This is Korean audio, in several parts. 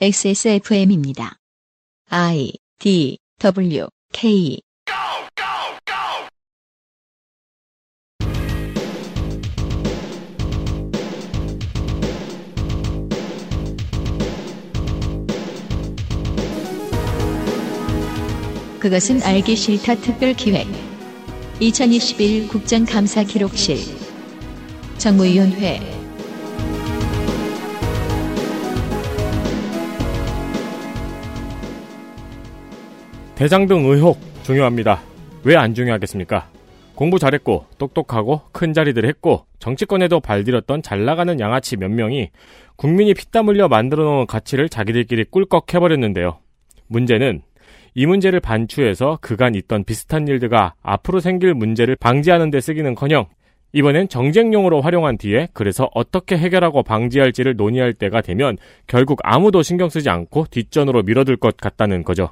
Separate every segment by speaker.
Speaker 1: XSFM입니다. I D W K 그것은 알기 싫다 특별 기획 2021 국정감사 기록실 정무위원회
Speaker 2: 대장 등 의혹 중요합니다. 왜 안 중요하겠습니까? 공부 잘했고 똑똑하고 큰 자리들 했고 정치권에도 발디뎠던 잘 나가는 양아치 몇 명이 국민이 피땀 흘려 만들어 놓은 가치를 자기들끼리 꿀꺽 해버렸는데요. 문제는 이 문제를 반추해서 그간 있던 비슷한 일들과 앞으로 생길 문제를 방지하는 데 쓰기는커녕 이번엔 정쟁용으로 활용한 뒤에 그래서 어떻게 해결하고 방지할지를 논의할 때가 되면 결국 아무도 신경 쓰지 않고 뒷전으로 밀어둘 것 같다는 거죠.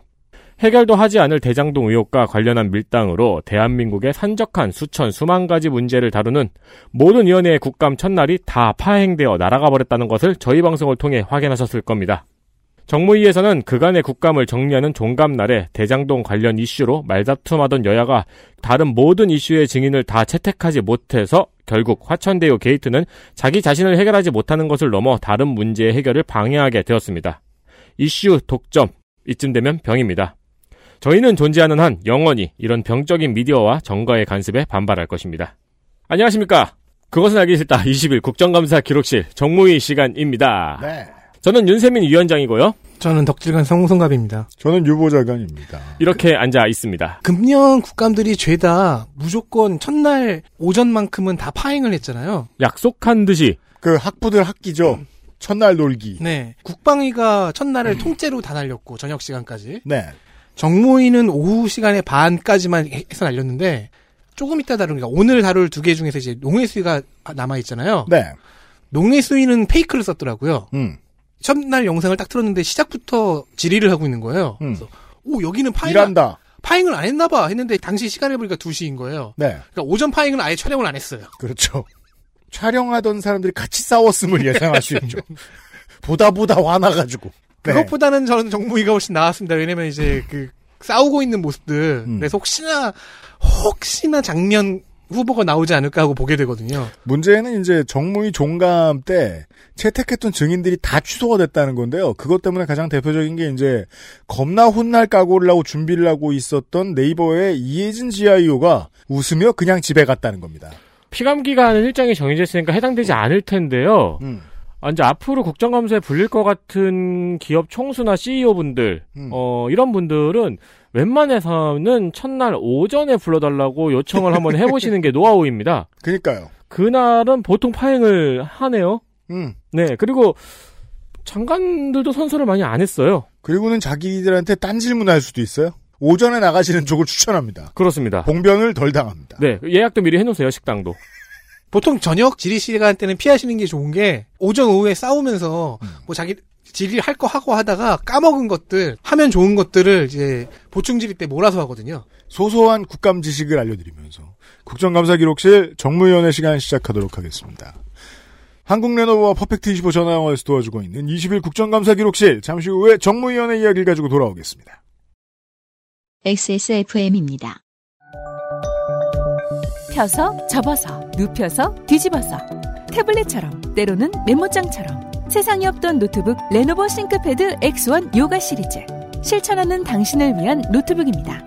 Speaker 2: 해결도 하지 않을 대장동 의혹과 관련한 밀당으로 대한민국의 산적한 수천 수만 가지 문제를 다루는 모든 위원회의 국감 첫날이 다 파행되어 날아가 버렸다는 것을 저희 방송을 통해 확인하셨을 겁니다. 정무위에서는 그간의 국감을 정리하는 종감날에 대장동 관련 이슈로 말다툼하던 여야가 다른 모든 이슈의 증인을 다 채택하지 못해서 결국 화천대유 게이트는 자기 자신을 해결하지 못하는 것을 넘어 다른 문제의 해결을 방해하게 되었습니다. 이슈 독점 이쯤 되면 병입니다. 저희는 존재하는 한 영원히 이런 병적인 미디어와 정가의 간섭에 반발할 것입니다. 안녕하십니까? 그것은 알기 싫다. 20일 국정감사 기록실 정무위 시간입니다.
Speaker 3: 네.
Speaker 2: 저는 윤세민 위원장이고요.
Speaker 4: 저는 덕질간 성우성갑입니다.
Speaker 3: 저는 유보자관입니다.
Speaker 2: 이렇게 앉아 있습니다.
Speaker 4: 금년 국감들이 죄다 무조건 첫날 오전만큼은 다 파행을 했잖아요.
Speaker 2: 약속한 듯이
Speaker 3: 그 학부들 학기죠. 첫날 놀기.
Speaker 4: 네. 국방위가 첫날을 통째로 다 날렸고 저녁 시간까지.
Speaker 3: 네.
Speaker 4: 정무위는 오후 시간에 반까지만 해- 해서 날렸는데 조금 이따 다루니까 오늘 다룰 두 개 중에서 이제 농해수위가 남아 있잖아요.
Speaker 3: 네.
Speaker 4: 농해수위는 페이크를 썼더라고요.
Speaker 3: 음.
Speaker 4: 첫날 영상을 딱 틀었는데 시작부터 질의를 하고 있는 거예요.
Speaker 3: 음.
Speaker 4: 그래서 오 여기는 파행
Speaker 3: 일한다.
Speaker 4: 파행을 안 했나 봐 했는데 당시 시간을 보니까 2시인 거예요.
Speaker 3: 네.
Speaker 4: 그러니까 오전 파행은 아예 촬영을 안 했어요.
Speaker 3: 그렇죠. 촬영하던 사람들이 같이 싸웠음을 예상할 수 있죠. 보다 보다 화나가지고. 네.
Speaker 4: 그것보다는 저는 정무위가 훨씬 나았습니다. 왜냐면 이제 그 싸우고 있는 모습들.
Speaker 3: 음.
Speaker 4: 그래서 혹시나 혹시나 장면 후보가 나오지 않을까 하고 보게 되거든요.
Speaker 3: 문제는 이제 정무위 종감 때 채택했던 증인들이 다 취소가 됐다는 건데요. 그것 때문에 가장 대표적인 게 이제 겁나 혼날 각오를 하고 준비를 하고 있었던 네이버의 이혜진 GIO가 웃으며 그냥 집에 갔다는 겁니다.
Speaker 2: 피감 기간은 일정이 정해져 있으니까 해당되지 않을 텐데요.
Speaker 3: 음.
Speaker 2: 아, 이제 앞으로 국정감사에 불릴 것 같은 기업 총수나 E CEO분들,
Speaker 3: 음.
Speaker 2: 어, 이런 분들은 웬만해서는 첫날 오전에 불러달라고 요청을 한번 해보시는 게 노하우입니다.
Speaker 3: 그니까요.
Speaker 2: 그날은 보통 파행을 하네요.
Speaker 3: 음.
Speaker 2: 네, 그리고 장관들도 선서를 많이 안 했어요.
Speaker 3: 그리고는 자기들한테 딴 질문할 수도 있어요. 오전에 나가시는 쪽을 추천합니다.
Speaker 2: 그렇습니다.
Speaker 3: 봉변을 덜 당합니다.
Speaker 2: 네, 예약도 미리 해놓으세요, 식당도.
Speaker 4: 보통 저녁 질의 시간 때는 피하시는 게 좋은 게 오전 오후에 싸우면서
Speaker 3: 음.
Speaker 4: 뭐 자기 질의 할거 하고 하다가 까먹은 것들 하면 좋은 것들을 이제 보충 질의 때 몰아서 하거든요.
Speaker 3: 소소한 국감 지식을 알려드리면서 국정감사 기록실 정무위원회 시간 시작하도록 하겠습니다. 한국 레노버와 퍼펙트 25 전화 영어에서 도와주고 있는 20일 국정감사 기록실 잠시 후에 정무위원회 이야기를 가지고 돌아오겠습니다.
Speaker 1: XSFM입니다.
Speaker 5: 펴서 접어서 눕혀서 뒤집어서 태블릿처럼 때로는 메모장처럼 세상에 없던 노트북 레노버 싱크패드 X1 요가 시리즈 실천하는 당신을 위한 노트북입니다.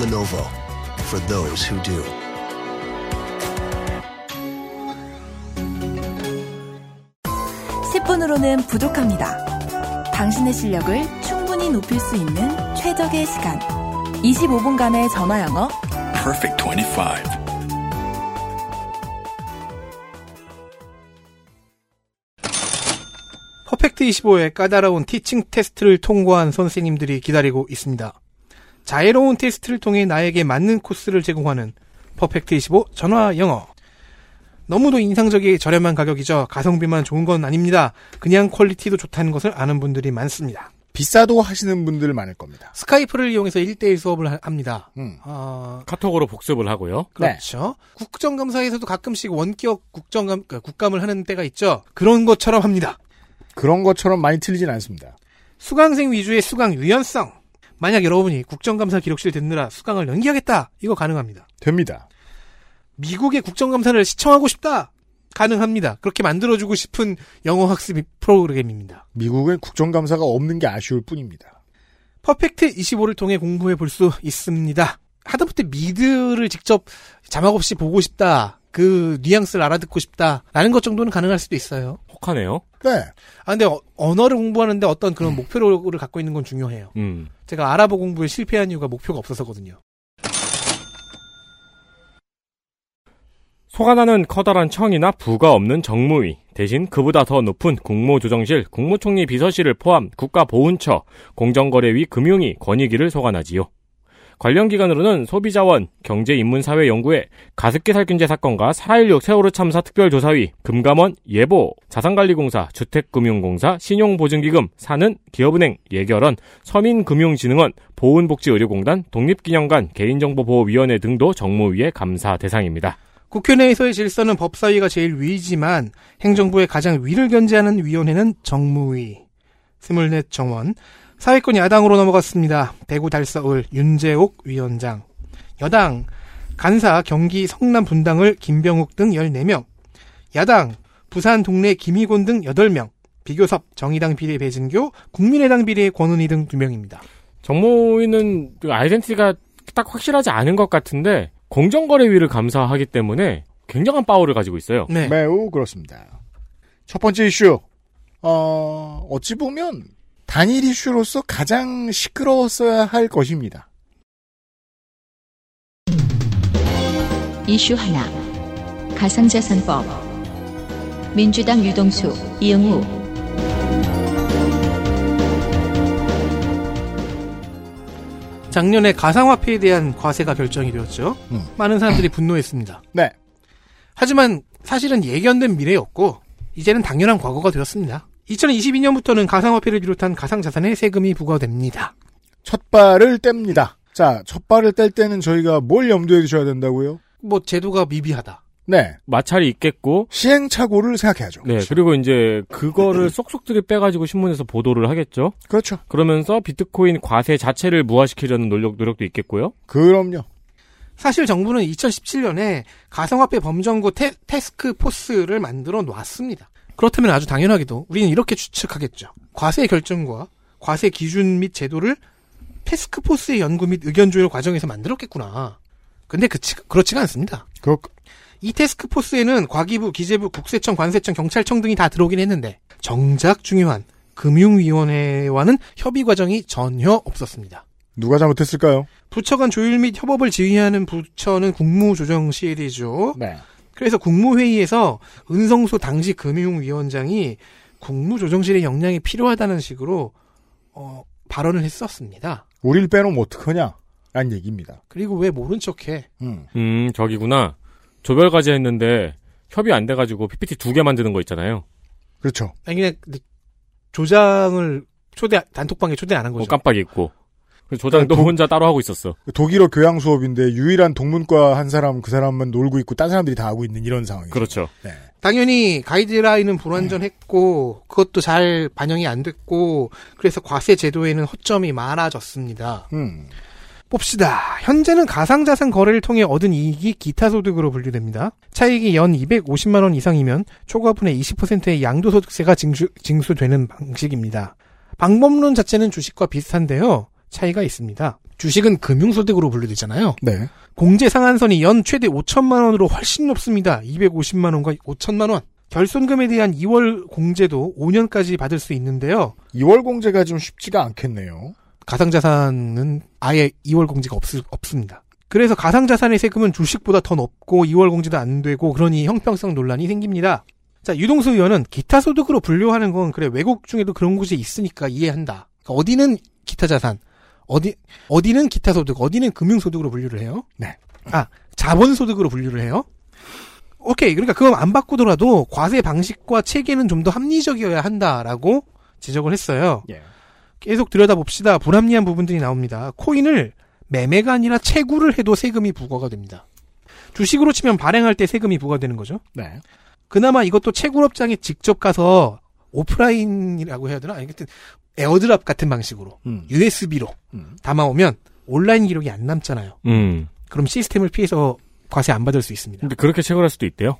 Speaker 6: Lenovo for those who do.
Speaker 7: 십분으로는 부족합니다. 당신의 실력을 충분히 높일 수 있는 최적의 시간. 25분간의 전화 영어
Speaker 8: Perfect 25.
Speaker 4: 퍼펙트 25의 까다로운 티칭 테스트를 통과한 선생님들이 기다리고 있습니다. 자애로운 테스트를 통해 나에게 맞는 코스를 제공하는 퍼펙트 25 전화 영어. 너무도 인상적이 저렴한 가격이죠. 가성비만 좋은 건 아닙니다. 그냥 퀄리티도 좋다는 것을 아는 분들이 많습니다.
Speaker 3: 비싸도 하시는 분들 많을 겁니다.
Speaker 4: 스카이프를 이용해서 1대1 수업을 하- 합니다.
Speaker 3: 음.
Speaker 4: 아,
Speaker 2: 카톡으로 복습을 하고요.
Speaker 4: 그렇죠. 국정감사에서도 가끔씩 원격 국정감, 그러니까 국감을 하는 때가 있죠. 그런 것처럼 합니다.
Speaker 3: 그런 것처럼 많이 틀리진 않습니다.
Speaker 4: 수강생 위주의 수강 유연성. 만약 여러분이 국정감사 기록실 듣느라 수강을 연기하겠다. 이거 가능합니다.
Speaker 3: 됩니다.
Speaker 4: 미국의 국정감사를 시청하고 싶다. 가능합니다. 그렇게 만들어주고 싶은 영어 학습 프로그램입니다.
Speaker 3: 미국은 국정감사가 없는 게 아쉬울 뿐입니다.
Speaker 4: 퍼펙트 25를 통해 공부해 볼 수 있습니다. 하다못해 미드를 직접 자막 없이 보고 싶다. 그 뉘앙스를 알아듣고 싶다. 라는 것 정도는 가능할 수도 있어요.
Speaker 2: 혹하네요.
Speaker 3: 네.
Speaker 4: 아, 근데 어- 언어를 공부하는데 어떤 그런 목표를 갖고 있는 건 중요해요.
Speaker 2: 음.
Speaker 4: 제가 아랍어 공부에 실패한 이유가 목표가 없어서거든요.
Speaker 2: 소가 나는 커다란 청이나 부가 없는 정무위, 대신 그보다 더 높은 국무조정실, 국무총리 비서실을 포함 국가보훈처, 공정거래위 금융위 권위기를 소관하지요. 관련 기관으로는 소비자원, 경제인문사회연구회, 가습기 살균제 사건과 4.16 세월호 참사 특별조사위, 금감원, 예보, 자산관리공사, 주택금융공사, 신용보증기금, 사는, 기업은행, 예결원, 서민금융진흥원, 보훈복지의료공단, 독립기념관, 개인정보보호위원회 등도 정무위의 감사 대상입니다.
Speaker 4: 국회 내에서의 질서는 법사위가 제일 위이지만 행정부의 가장 위를 견제하는 위원회는 정무위. 24 정원. 사회권 야당으로 넘어갔습니다. 대구 달서울 윤재옥 위원장. 여당. 간사 경기 성남 분당을 김병욱 등 14명. 야당. 부산 동래 김희곤 등 8명. 비교섭 정의당 비례 배진교 국민의당 비례 권은희 등 2명입니다.
Speaker 2: 정모위는 그 아이덴티티가 딱 확실하지 않은 것 같은데 공정거래위를 감사하기 때문에 굉장한 파워를 가지고 있어요.
Speaker 4: 네.
Speaker 3: 매우 그렇습니다. 첫 번째 이슈. 어, 어찌 보면 단일 이슈로서 가장 시끄러웠어야 할 것입니다.
Speaker 1: 이슈 하나. 가상자산법. 민주당 유동수, 이영우.
Speaker 4: 작년에 가상화폐에 대한 과세가 결정이 되었죠.
Speaker 3: 음.
Speaker 4: 많은 사람들이 분노했습니다.
Speaker 3: 네.
Speaker 4: 하지만 사실은 예견된 미래였고 이제는 당연한 과거가 되었습니다. 2022년부터는 가상화폐를 비롯한 가상자산에 세금이 부과됩니다.
Speaker 3: 첫 발을 뗍니다. 자, 첫 발을 뗄 때는 저희가 뭘 염두에 두셔야 된다고요?
Speaker 4: 뭐 제도가 미비하다.
Speaker 3: 네.
Speaker 2: 마찰이 있겠고
Speaker 3: 시행착오를 생각해야죠.
Speaker 2: 네 그리고 이제 그거를 쏙쏙들이 빼가지고 신문에서 보도를 하겠죠.
Speaker 3: 그렇죠.
Speaker 2: 그러면서 비트코인 과세 자체를 무화시키려는 노력 노력도 있겠고요.
Speaker 3: 그럼요.
Speaker 4: 사실 정부는 2017년에 가상화폐 범정부 테, 스크 포스를 만들어 놨습니다. 그렇다면 아주 당연하게도 우리는 이렇게 추측하겠죠. 과세 결정과 과세 기준 및 제도를 테스크 포스의 연구 및 의견 조율 과정에서 만들었겠구나. 근데 그치, 그렇지가 않습니다.
Speaker 3: 그,
Speaker 4: 이 테스크포스에는 과기부, 기재부, 국세청, 관세청, 경찰청 등이 다 들어오긴 했는데 정작 중요한 금융위원회와는 협의 과정이 전혀 없었습니다.
Speaker 3: 누가 잘못했을까요?
Speaker 4: 부처 간 조율 및 협업을 지휘하는 부처는 국무조정실이죠.
Speaker 3: 네.
Speaker 4: 그래서 국무회의에서 은성수 당시 금융위원장이 국무조정실의 역량이 필요하다는 식으로 어, 발언을 했었습니다.
Speaker 3: 우릴 빼놓으면 어떡하냐? 라는 얘기입니다.
Speaker 4: 그리고 왜 모른 척해?
Speaker 3: 음.
Speaker 2: 음 저기구나 조별과제 했는데 협의 안 돼가지고 PPT 두 개 만드는 거 있잖아요.
Speaker 3: 그렇죠.
Speaker 4: 아니 그냥 조장을 초대 단톡방에 초대 안 한
Speaker 2: 뭐
Speaker 4: 거죠.
Speaker 2: 깜빡 잊고 그래서 조장도
Speaker 3: 도-
Speaker 2: 혼자 따로 하고 있었어.
Speaker 3: 독일어 교양 수업인데 유일한 동문과 한 사람, 그 사람만 놀고 있고 딴 사람들이 다 하고 있는 이런 상황이죠.
Speaker 2: 그렇죠.
Speaker 3: 네.
Speaker 4: 당연히 가이드라인은 불완전했고 그것도 잘 반영이 안 됐고 그래서 과세 제도에는 허점이 많아졌습니다.
Speaker 3: 음.
Speaker 4: 봅시다. 현재는 가상자산 거래를 통해 얻은 이익이 기타 소득으로 분류됩니다. 차익이 연 250만 원 이상이면 초과분의 20%의 양도소득세가 징수, 징수되는 방식입니다. 방법론 자체는 주식과 비슷한데요. 차이가 있습니다. 주식은 금융소득으로 분류되잖아요.
Speaker 3: 네.
Speaker 4: 공제 상한선이 연 최대 5천만 원으로 훨씬 높습니다. 250만 원과 5천만 원. 결손금에 대한 2월 공제도 5년까지 받을 수 있는데요.
Speaker 3: 2월 공제가 좀 쉽지가 않겠네요.
Speaker 4: 가상자산은 아예 2월 공제가 없, 없습니다. 그래서 가상자산의 세금은 주식보다 더 높고 2월 공제도 안 되고 그러니 형평성 논란이 생깁니다. 자 유동수 의원은 기타 소득으로 분류하는 건 그래 외국 중에도 그런 곳이 있으니까 이해한다. 그러니까 어디는 기타 자산, 어디 어디는 기타 소득, 어디는 금융 소득으로 분류를 해요.
Speaker 3: 네.
Speaker 4: 아 자본 소득으로 분류를 해요. 오케이 그러니까 그건 안 바꾸더라도
Speaker 3: 예.
Speaker 4: 과세 방식과 체계는 좀 더 합리적이어야 한다라고 지적을 했어요. 계속 들여다봅시다. 불합리한 부분들이 나옵니다. 코인을 매매가 아니라 채굴을 해도 세금이 부과가 됩니다. 주식으로 치면 발행할 때 세금이 부과되는 거죠.
Speaker 3: 네.
Speaker 4: 그나마 이것도 채굴업장에 직접 가서 오프라인이라고 해야 되나? 아무튼 에어드랍 같은 방식으로
Speaker 3: 음.
Speaker 4: USB로
Speaker 3: 음.
Speaker 4: 담아오면 온라인 기록이 안 남잖아요.
Speaker 2: 음.
Speaker 4: 그럼 시스템을 피해서 과세 안 받을 수 있습니다.
Speaker 3: 음.
Speaker 2: 근데 그렇게 채굴할 수도 있대요.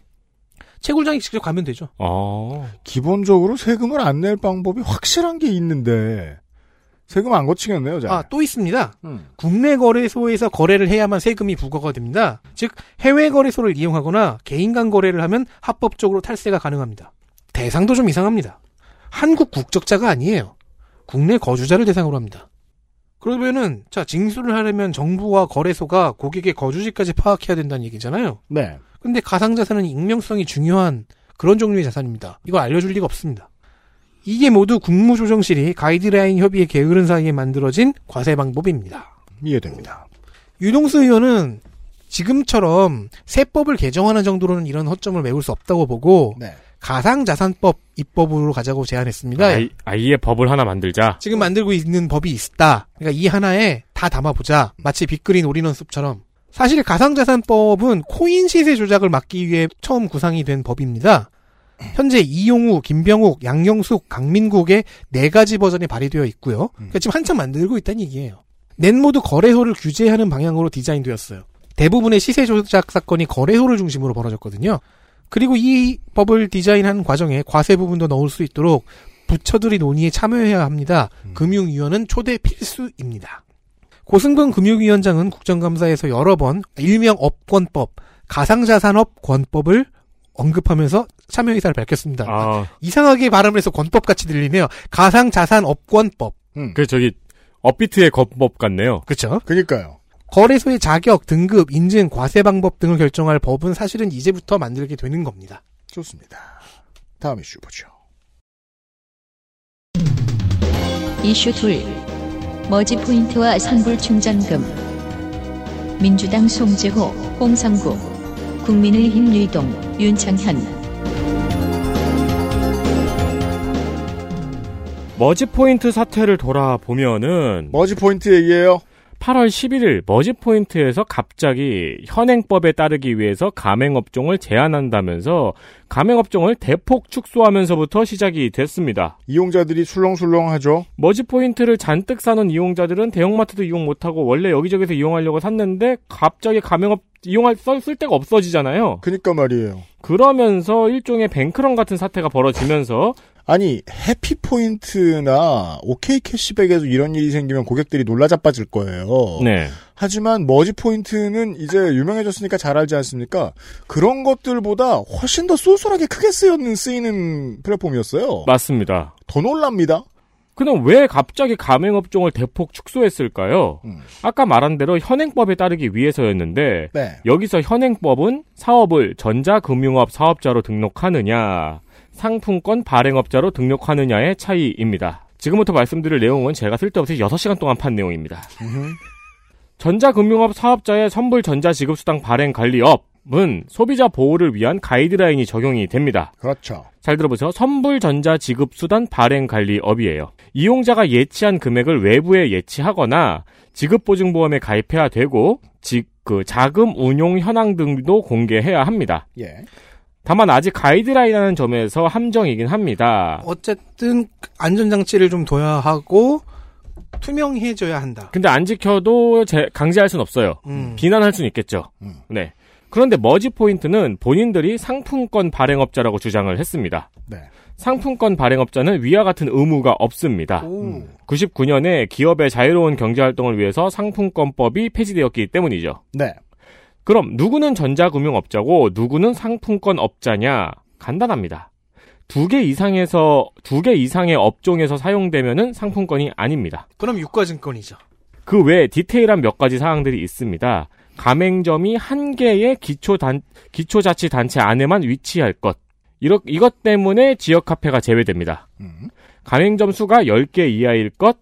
Speaker 4: 채굴장에 직접 가면 되죠.
Speaker 2: 아.
Speaker 3: 기본적으로 세금을 안 낼 방법이 확실한 게 있는데 세금 안 거치겠네요, 잘.
Speaker 4: 아, 또 있습니다.
Speaker 3: 음.
Speaker 4: 국내 거래소에서 거래를 해야만 세금이 부과가 됩니다. 즉 해외 거래소를 이용하거나 개인 간 거래를 하면 합법적으로 탈세가 가능합니다. 대상도 좀 이상합니다. 한국 국적자가 아니에요. 국내 거주자를 대상으로 합니다. 그러면은 자 징수를 하려면 정부와 거래소가 고객의 거주지까지 파악해야 된다는 얘기잖아요.
Speaker 3: 네.
Speaker 4: 근데 가상자산은 익명성이 중요한 그런 종류의 자산입니다. 이걸 알려줄 리가 없습니다. 이게 모두 국무조정실이 가이드라인 협의에 게으른 사이에 만들어진 과세 방법입니다.
Speaker 3: 이해됩니다.
Speaker 4: 유동수 의원은 지금처럼 세법을 개정하는 정도로는 이런 허점을 메울 수 없다고 보고
Speaker 3: 네.
Speaker 4: 가상자산법 입법으로 가자고 제안했습니다.
Speaker 2: 아이, 아이의 법을 하나 만들자.
Speaker 4: 지금 만들고 있는 법이 있다. 그러니까 이 하나에 다 담아보자. 마치 빅그린 올인원숲처럼. 사실 가상자산법은 코인 시세 조작을 막기 위해 처음 구상이 된 법입니다. 현재 이용우, 김병욱, 양영숙, 강민국의 네 가지 버전이 발의되어 있고요. 그러니까 지금 한참 만들고 있다는 얘기예요. 넷모드 거래소를 규제하는 방향으로 디자인되었어요. 대부분의 시세 조작 사건이 거래소를 중심으로 벌어졌거든요. 그리고 이 법을 디자인하는 과정에 과세 부분도 넣을 수 있도록 부처들이 논의에 참여해야 합니다. 금융위원은 초대 필수입니다. 고승근 금융위원장은 국정감사에서 여러 번 일명 업권법, 가상자산업 권법을 언급하면서 참여 의사를 밝혔습니다.
Speaker 2: 아,
Speaker 4: 이상하게 발음을 해서 권법 같이 들리네요. 가상자산업권법.
Speaker 2: 그 저기 업비트의 거법 같네요.
Speaker 4: 그렇죠?
Speaker 3: 그니까요.
Speaker 4: 거래소의 자격, 등급, 인증, 과세 방법 등을 결정할 법은 사실은 이제부터 만들게 되는 겁니다.
Speaker 3: 좋습니다. 다음 이슈 보죠.
Speaker 1: 이슈 둘 머지 포인트와 선불 충전금 민주당 송재호, 홍성구 국민의힘 유동, 윤창현
Speaker 2: 머지 포인트 사태를 돌아보면은
Speaker 3: 머지 포인트 얘기예요.
Speaker 2: 8월 11일 머지 포인트에서 갑자기 현행법에 따르기 위해서 가맹업종을 제한한다면서 가맹업종을 대폭 축소하면서부터 시작이 됐습니다.
Speaker 3: 이용자들이 술렁술렁하죠.
Speaker 2: 머지 포인트를 잔뜩 사는 이용자들은 대형마트도 이용 못하고 원래 여기저기서 이용하려고 샀는데 갑자기 가맹업 이용할 쓸, 쓸 데가 없어지잖아요.
Speaker 3: 그니까 말이에요.
Speaker 2: 그러면서 일종의 뱅크런 같은 사태가 벌어지면서
Speaker 3: 아니 해피 포인트나 오케이 캐시백에도 이런 일이 생기면 고객들이 놀라 자빠질 거예요.
Speaker 2: 네.
Speaker 3: 하지만 머지 포인트는 이제 유명해졌으니까 잘 알지 않습니까? 그런 것들보다 훨씬 더 쏠쏠하게 크게 쓰이는, 쓰이는 플랫폼이었어요.
Speaker 2: 맞습니다.
Speaker 3: 더 놀랍니다.
Speaker 2: 그럼 왜 갑자기 가맹업종을 대폭 축소했을까요?
Speaker 3: 음.
Speaker 2: 아까 말한 대로 현행법에 따르기 위해서였는데
Speaker 3: 네.
Speaker 2: 여기서 현행법은 사업을 전자금융업 사업자로 등록하느냐, 상품권 발행업자로 등록하느냐의 차이입니다. 지금부터 말씀드릴 내용은 제가 쓸데없이 6시간 동안 판 내용입니다.
Speaker 3: 음.
Speaker 2: 전자금융업 사업자의 선불 전자지급수당 발행 관리업은 소비자 보호를 위한 가이드라인이 적용이 됩니다.
Speaker 3: 그렇죠.
Speaker 2: 잘 들어보세요. 선불전자 지급수단 발행관리업이에요. 이용자가 예치한 금액을 외부에 예치하거나 지급보증보험에 가입해야 되고 즉, 그 자금 운용 현황 등도 공개해야 합니다.
Speaker 3: 예.
Speaker 2: 다만 아직 가이드라인이라는 점에서 함정이긴 합니다.
Speaker 4: 어쨌든 안전장치를 좀 둬야 하고 투명해져야 한다.
Speaker 2: 근데 안 지켜도 제- 강제할 순 없어요.
Speaker 4: 음.
Speaker 2: 비난할 수는 있겠죠.
Speaker 3: 음.
Speaker 2: 네. 그런데 머지 포인트는 본인들이 상품권 발행업자라고 주장을 했습니다.
Speaker 3: 네.
Speaker 2: 상품권 발행업자는 위와 같은 의무가 없습니다.
Speaker 4: 오.
Speaker 3: 음.
Speaker 2: 99년에 기업의 자유로운 경제활동을 위해서 상품권법이 폐지되었기 때문이죠.
Speaker 3: 네.
Speaker 2: 그럼 누구는 전자금융업자고 누구는 상품권업자냐? 간단합니다. 두 개 이상에서 두 개 이상의 업종에서 사용되면은 상품권이 아닙니다.
Speaker 4: 그럼 유가증권이죠.
Speaker 2: 그 외에 디테일한 몇 가지 사항들이 있습니다. 가맹점이 한 개의 기초 단 기초자치 단체 안에만 위치할 것. 이렇 이것 때문에 지역 카페가 제외됩니다.
Speaker 3: 음.
Speaker 2: 가맹점 수가 10개 이하일 것,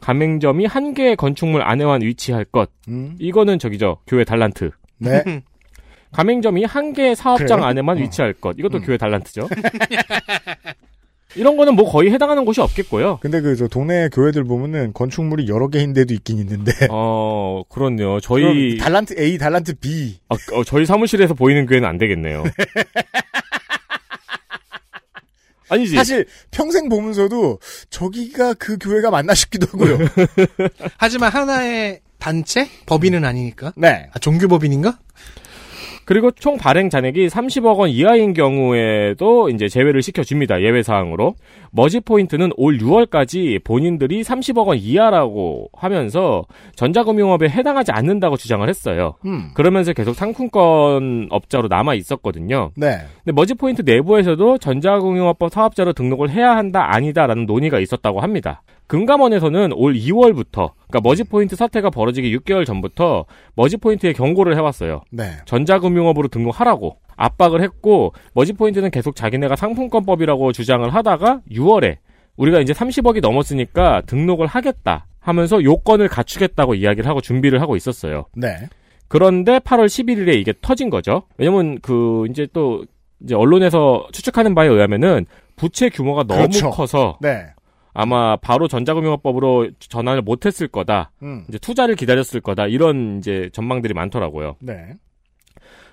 Speaker 2: 가맹점이 한 개의 건축물 안에만 위치할 것.
Speaker 3: 음.
Speaker 2: 이거는 저기죠. 교회 달란트.
Speaker 3: 네.
Speaker 2: 가맹점이 한 개의 사업장
Speaker 3: 그래요?
Speaker 2: 안에만
Speaker 3: 어.
Speaker 2: 위치할 것. 이것도
Speaker 3: 음.
Speaker 2: 교회 달란트죠. 이런 거는 뭐 거의 해당하는 곳이 없겠고요.
Speaker 3: 근데 그 저 동네 교회들 보면은 건축물이 여러 개인 데도 있긴 있는데
Speaker 2: 어, 그렇네요. 저희
Speaker 3: 그럼 달란트 A, 달란트 B
Speaker 2: 아, 어, 저희 사무실에서 보이는 교회는 안 되겠네요. 아니지.
Speaker 3: 사실 평생 보면서도 저기가 그 교회가 맞나 싶기도 하고요.
Speaker 4: 하지만 하나의 단체? 법인은 아니니까.
Speaker 3: 네.
Speaker 4: 아, 종교법인인가?
Speaker 2: 그리고 총 발행 잔액이 30억 원 이하인 경우에도 이제 제외를 시켜줍니다. 예외 사항으로. 머지 포인트는 올 6월까지 본인들이 30억 원 이하라고 하면서 전자금융업에 해당하지 않는다고 주장을 했어요.
Speaker 3: 음.
Speaker 2: 그러면서 계속 상품권 업자로 남아 있었거든요.
Speaker 3: 네.
Speaker 2: 근데 머지 포인트 내부에서도 전자금융업법 사업자로 등록을 해야 한다 아니다라는 논의가 있었다고 합니다. 금감원에서는 올 2월부터 그러니까 머지 포인트 사태가 벌어지기 6개월 전부터 머지 포인트에 경고를 해왔어요.
Speaker 3: 네.
Speaker 2: 전자금융업으로 등록하라고 압박을 했고 머지포인트는 계속 자기네가 상품권법이라고 주장을 하다가 6월에 우리가 이제 30억이 넘었으니까 등록을 하겠다 하면서 요건을 갖추겠다고 이야기를 하고 준비를 하고 있었어요.
Speaker 3: 네.
Speaker 2: 그런데 8월 11일에 이게 터진 거죠. 왜냐면 그 이제 또 이제 언론에서 추측하는 바에 의하면은 부채 규모가 너무
Speaker 3: 그렇죠.
Speaker 2: 커서
Speaker 3: 네.
Speaker 2: 아마 바로 전자금융업법으로 전환을 못했을 거다.
Speaker 3: 음.
Speaker 2: 이제 투자를 기다렸을 거다. 이런 이제 전망들이 많더라고요.
Speaker 3: 네.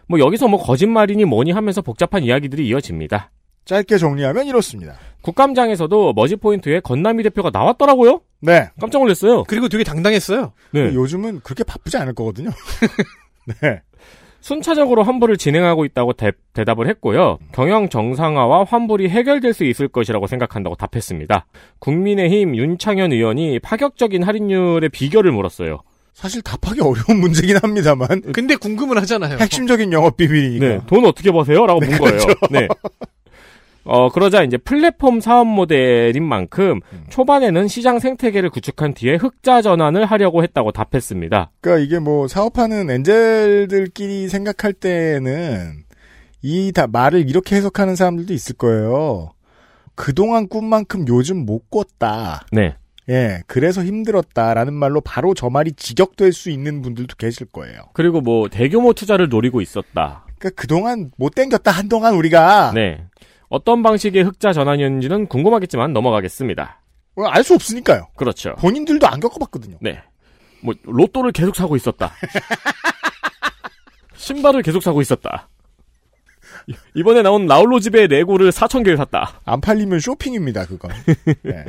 Speaker 2: 뭐 여기서 뭐 거짓말이니 뭐니 하면서 복잡한 이야기들이 이어집니다.
Speaker 3: 짧게 정리하면 이렇습니다.
Speaker 2: 국감장에서도 머지포인트에 건남이 대표가 나왔더라고요?
Speaker 3: 네.
Speaker 2: 깜짝 놀랐어요.
Speaker 4: 그리고 되게 당당했어요.
Speaker 2: 네.
Speaker 3: 요즘은 그렇게 바쁘지 않을 거거든요. 네.
Speaker 2: 순차적으로 환불을 진행하고 있다고 대, 답을 했고요. 경영 정상화와 환불이 해결될 수 있을 것이라고 생각한다고 답했습니다. 국민의힘 윤창현 의원이 파격적인 할인율의 비결을 물었어요.
Speaker 3: 사실 답하기 어려운 문제긴 합니다만
Speaker 4: 근데 궁금은 하잖아요.
Speaker 3: 핵심적인 영업 비밀이니까.
Speaker 2: 네, 돈 어떻게 버세요? 라고 문 거예요. 네. 어, 그러자 이제 플랫폼 사업 모델인 만큼 초반에는 시장 생태계를 구축한 뒤에 흑자 전환을 하려고 했다고 답했습니다.
Speaker 3: 그러니까 이게 뭐 사업하는 엔젤들끼리 생각할 때는 이 다 말을 이렇게 해석하는 사람들도 있을 거예요. 그동안 꿈만큼 요즘 못 꿨다.
Speaker 2: 네.
Speaker 3: 예, 그래서 힘들었다라는 말로 바로 저 말이 직역될 수 있는 분들도 계실 거예요.
Speaker 2: 그리고 뭐 대규모 투자를 노리고 있었다.
Speaker 3: 그러니까 그동안 못 땡겼다 한동안 우리가
Speaker 2: 네. 어떤 방식의 흑자 전환이었는지는 궁금하겠지만 넘어가겠습니다.
Speaker 3: 알 수 없으니까요.
Speaker 2: 그렇죠.
Speaker 3: 본인들도 안 겪어봤거든요.
Speaker 2: 네. 뭐 로또를 계속 사고 있었다. 신발을 계속 사고 있었다. 이- 이번에 나온 라울로 집의 레고를 4천 개를 샀다.
Speaker 3: 안 팔리면 쇼핑입니다, 그건. 네.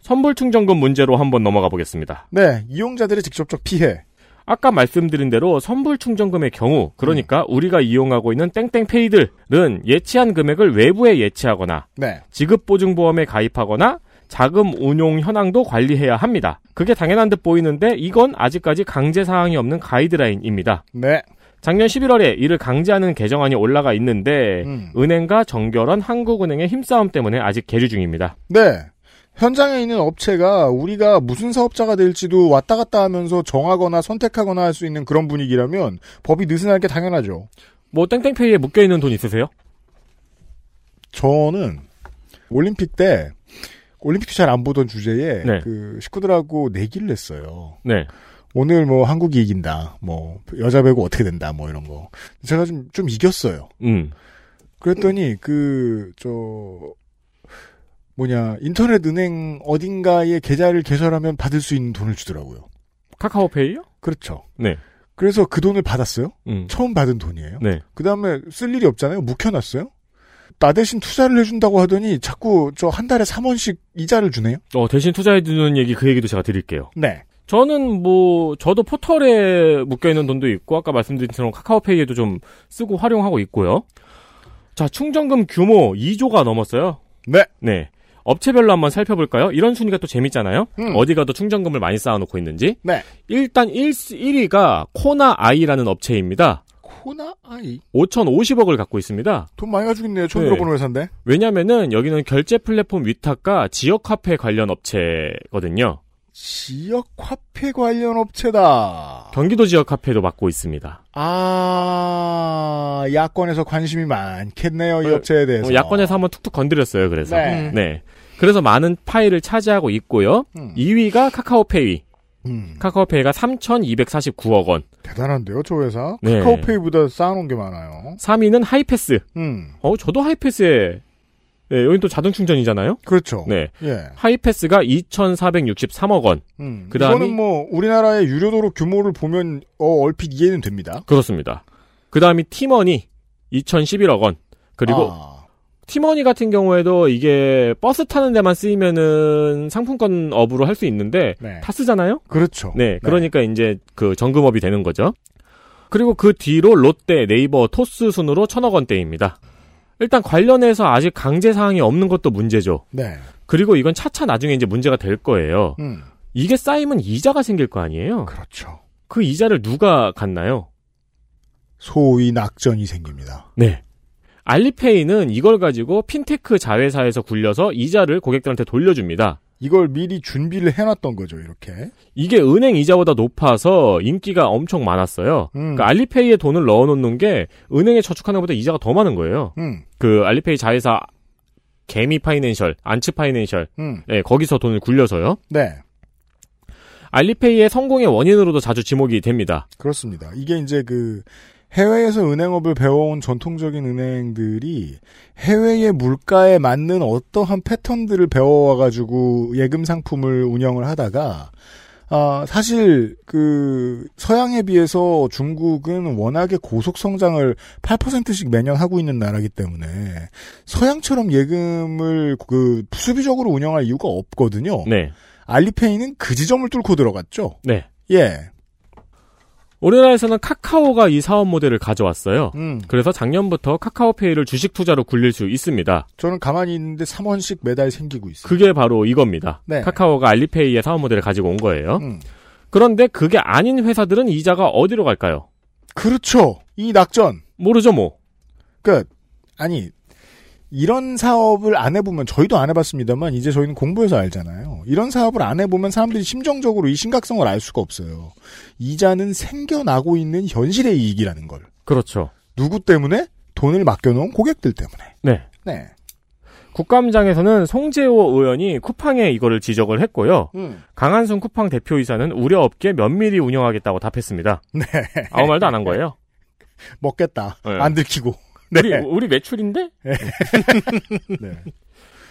Speaker 2: 선불 충전금 문제로 한번 넘어가 보겠습니다.
Speaker 3: 네, 이용자들의 직접적 피해.
Speaker 2: 아까 말씀드린 대로 선불 충전금의 경우, 그러니까 우리가 이용하고 있는 땡땡페이들은 예치한 금액을 외부에 예치하거나
Speaker 3: 네.
Speaker 2: 지급보증보험에 가입하거나 자금 운용 현황도 관리해야 합니다. 그게 당연한 듯 보이는데 이건 아직까지 강제 사항이 없는 가이드라인입니다.
Speaker 3: 네.
Speaker 2: 작년 11월에 이를 강제하는 개정안이 올라가 있는데
Speaker 3: 음.
Speaker 2: 은행과 정결한 한국은행의 힘싸움 때문에 아직 계류 중입니다.
Speaker 3: 네. 현장에 있는 업체가 우리가 무슨 사업자가 될지도 왔다 갔다 하면서 정하거나 선택하거나 할 수 있는 그런 분위기라면 법이 느슨할 게 당연하죠.
Speaker 2: 뭐 땡땡페이에 묶여 있는 돈 있으세요?
Speaker 3: 저는 올림픽 때 올림픽 잘 안 보던 주제에
Speaker 2: 네.
Speaker 3: 그 식구들하고 내기를 했어요.
Speaker 2: 네.
Speaker 3: 오늘 뭐 한국이 이긴다. 뭐 여자 배구 어떻게 된다. 뭐 이런 거. 제가 좀 좀 이겼어요.
Speaker 2: 음.
Speaker 3: 그랬더니 그 저 뭐냐 인터넷 은행 어딘가에 계좌를 개설하면 받을 수 있는 돈을 주더라고요.
Speaker 2: 카카오페이요?
Speaker 3: 그렇죠.
Speaker 2: 네.
Speaker 3: 그래서 그 돈을 받았어요.
Speaker 2: 음.
Speaker 3: 처음 받은 돈이에요.
Speaker 2: 네.
Speaker 3: 그 다음에 쓸 일이 없잖아요. 묵혀놨어요. 나 대신 투자를 해준다고 하더니 자꾸 저 한 달에 3원씩 이자를 주네요.
Speaker 2: 어, 대신 투자해주는 얘기, 그 얘기도 제가 드릴게요.
Speaker 3: 네.
Speaker 2: 저는 뭐, 저도 포털에 묶여있는 돈도 있고, 아까 말씀드린 것처럼 카카오페이에도 좀 쓰고 활용하고 있고요. 자, 충전금 규모 2조가 넘었어요.
Speaker 3: 네.
Speaker 2: 네. 업체별로 한번 살펴볼까요? 이런 순위가 또 재밌잖아요?
Speaker 3: 음.
Speaker 2: 어디가 더 충전금을 많이 쌓아놓고 있는지?
Speaker 3: 네.
Speaker 2: 일단 1, 1위가 코나 아이라는 업체입니다.
Speaker 3: 코나 아이
Speaker 2: 5,050억을 갖고 있습니다.
Speaker 3: 돈 많이 가지고 있네요. 처음
Speaker 2: 네.
Speaker 3: 들어보는 회사인데.
Speaker 2: 왜냐면은 여기는 결제 플랫폼 위탁과 지역 화폐 관련 업체거든요.
Speaker 3: 지역 화폐 관련 업체다.
Speaker 2: 경기도 지역 화폐도 맡고 있습니다. 뭐
Speaker 3: 아 야권에서 관심이 많겠네요. 이
Speaker 2: 어,
Speaker 3: 업체에 대해서.
Speaker 2: 어, 야권에서 한번 툭툭 건드렸어요. 그래서
Speaker 3: 네.
Speaker 2: 네. 그래서 많은 파일을 차지하고 있고요.
Speaker 3: 음.
Speaker 2: 2위가 카카오페이.
Speaker 3: 음,
Speaker 2: 카카오페이가 3,249억 원.
Speaker 3: 대단한데요, 저 회사.
Speaker 2: 네.
Speaker 3: 카카오페이보다 쌓아놓은 게 많아요.
Speaker 2: 3위는 하이패스.
Speaker 3: 음,
Speaker 2: 어, 저도 하이패스에 네, 여긴 또 자동 충전이잖아요.
Speaker 3: 그렇죠.
Speaker 2: 네.
Speaker 3: 예.
Speaker 2: 하이패스가 2,463억 원.
Speaker 3: 음,
Speaker 2: 그다음이-
Speaker 3: 이거는 뭐 우리나라의 유료도로 규모를 보면 어, 얼핏 이해는 됩니다.
Speaker 2: 그렇습니다. 그 다음이 팀원이 2,011억 원. 그리고
Speaker 3: 아,
Speaker 2: 팀원이 같은 경우에도 이게 버스 타는 데만 쓰이면은 상품권 업으로 할 수 있는데
Speaker 3: 네.
Speaker 2: 다 쓰잖아요?
Speaker 3: 그렇죠.
Speaker 2: 네. 그러니까 이제 그 정금업이 되는 거죠. 그리고 그 뒤로 롯데, 네이버, 토스 순으로 천억 원대입니다. 일단 관련해서 아직 강제 사항이 없는 것도 문제죠.
Speaker 3: 네.
Speaker 2: 그리고 이건 차차 나중에 이제 문제가 될 거예요.
Speaker 3: 음,
Speaker 2: 이게 쌓이면 이자가 생길 거 아니에요?
Speaker 3: 그렇죠.
Speaker 2: 그 이자를 누가 갖나요?
Speaker 3: 소위 낙전이 생깁니다.
Speaker 2: 네. 알리페이는 이걸 가지고 핀테크 자회사에서 굴려서 이자를 고객들한테 돌려줍니다.
Speaker 3: 이걸 미리 준비를 해놨던 거죠, 이렇게.
Speaker 2: 이게 은행 이자보다 높아서 인기가 엄청 많았어요.
Speaker 3: 음.
Speaker 2: 그러니까 알리페이에 돈을 넣어놓는 게 은행에 저축하는 것보다 이자가 더 많은 거예요.
Speaker 3: 음,
Speaker 2: 그 알리페이 자회사 개미 파이낸셜, 안츠 파이낸셜,
Speaker 3: 음,
Speaker 2: 네, 거기서 돈을 굴려서요.
Speaker 3: 네,
Speaker 2: 알리페이의 성공의 원인으로도 자주 지목이 됩니다.
Speaker 3: 그렇습니다. 이게 이제 그 해외에서 은행업을 배워온 전통적인 은행들이 해외의 물가에 맞는 어떠한 패턴들을 배워와가지고 예금 상품을 운영을 하다가 아, 사실 그 서양에 비해서 중국은 워낙에 고속 성장을 8%씩 매년 하고 있는 나라이기 때문에 서양처럼 예금을 그 수비적으로 운영할 이유가 없거든요.
Speaker 2: 네,
Speaker 3: 알리페이는 그 지점을 뚫고 들어갔죠.
Speaker 2: 네.
Speaker 3: 예.
Speaker 2: 우리나라에서는 카카오가 이 사업 모델을 가져왔어요.
Speaker 3: 음.
Speaker 2: 그래서 작년부터 카카오페이를 주식 투자로 굴릴 수 있습니다.
Speaker 3: 저는 가만히 있는데 3원씩 매달 생기고 있어요.
Speaker 2: 그게 바로 이겁니다.
Speaker 3: 네.
Speaker 2: 카카오가 알리페이의 사업 모델을 가지고 온 거예요.
Speaker 3: 음.
Speaker 2: 그런데 그게 아닌 회사들은 이자가 어디로 갈까요?
Speaker 3: 그렇죠. 이 낙전.
Speaker 2: 모르죠, 뭐.
Speaker 3: 끝. 아니, 이런 사업을 안 해보면, 저희도 안 해봤습니다만, 이제 저희는 공부해서 알잖아요. 이런 사업을 안 해보면 사람들이 심정적으로 이 심각성을 알 수가 없어요. 이자는 생겨나고 있는 현실의 이익이라는 걸.
Speaker 2: 그렇죠.
Speaker 3: 누구 때문에? 돈을 맡겨놓은 고객들 때문에.
Speaker 2: 네.
Speaker 3: 네.
Speaker 2: 국감장에서는 송재호 의원이 쿠팡에 이거를 지적을 했고요.
Speaker 3: 음.
Speaker 2: 강한순 쿠팡 대표이사는 우려 없게 면밀히 운영하겠다고 답했습니다.
Speaker 3: 네.
Speaker 2: 아무 말도 안 한 거예요.
Speaker 3: 먹겠다.
Speaker 2: 네.
Speaker 3: 안 들키고. 네.
Speaker 2: 우리, 우리 매출인데?
Speaker 3: 네.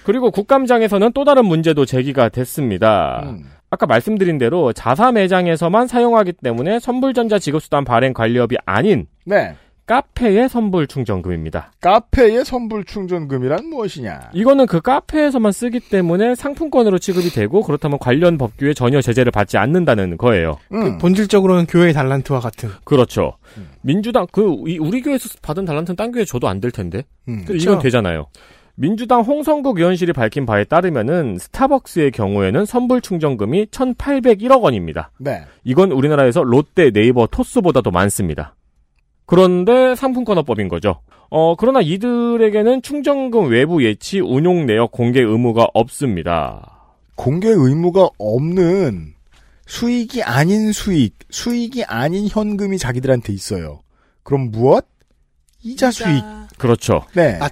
Speaker 2: 그리고 국감장에서는 또 다른 문제도 제기가 됐습니다.
Speaker 3: 음.
Speaker 2: 아까 말씀드린 대로 자사 매장에서만 사용하기 때문에 선불전자 지급수단 발행 관리업이 아닌
Speaker 3: 네.
Speaker 2: 카페의 선불 충전금입니다.
Speaker 3: 카페의 선불 충전금이란 무엇이냐?
Speaker 2: 이거는 그 카페에서만 쓰기 때문에 상품권으로 취급이 되고 그렇다면 관련 법규에 전혀 제재를 받지 않는다는 거예요.
Speaker 3: 음.
Speaker 4: 본질적으로는 교회의 달란트와 같은.
Speaker 2: 그렇죠. 민주당 그 이- 우리 교회에서 받은 달란트는 딴 교회 줘도 안 될 텐데.
Speaker 3: 음.
Speaker 2: 근데 이건 되잖아요. 민주당 홍성국 의원실이 밝힌 바에 따르면은 스타벅스의 경우에는 선불 충전금이 1,801억 원입니다.
Speaker 3: 네.
Speaker 2: 이건 우리나라에서 롯데, 네이버, 토스보다도 많습니다. 그런데 상품권화법인 거죠. 어, 그러나 이들에게는 충전금 외부 예치 운용 내역 공개 의무가 없습니다.
Speaker 3: 공개 의무가 없는 수익이 아닌 수익, 수익이 아닌 현금이 자기들한테 있어요. 그럼 무엇? 이자 수익.
Speaker 2: 그렇죠.
Speaker 3: 네.
Speaker 4: 아,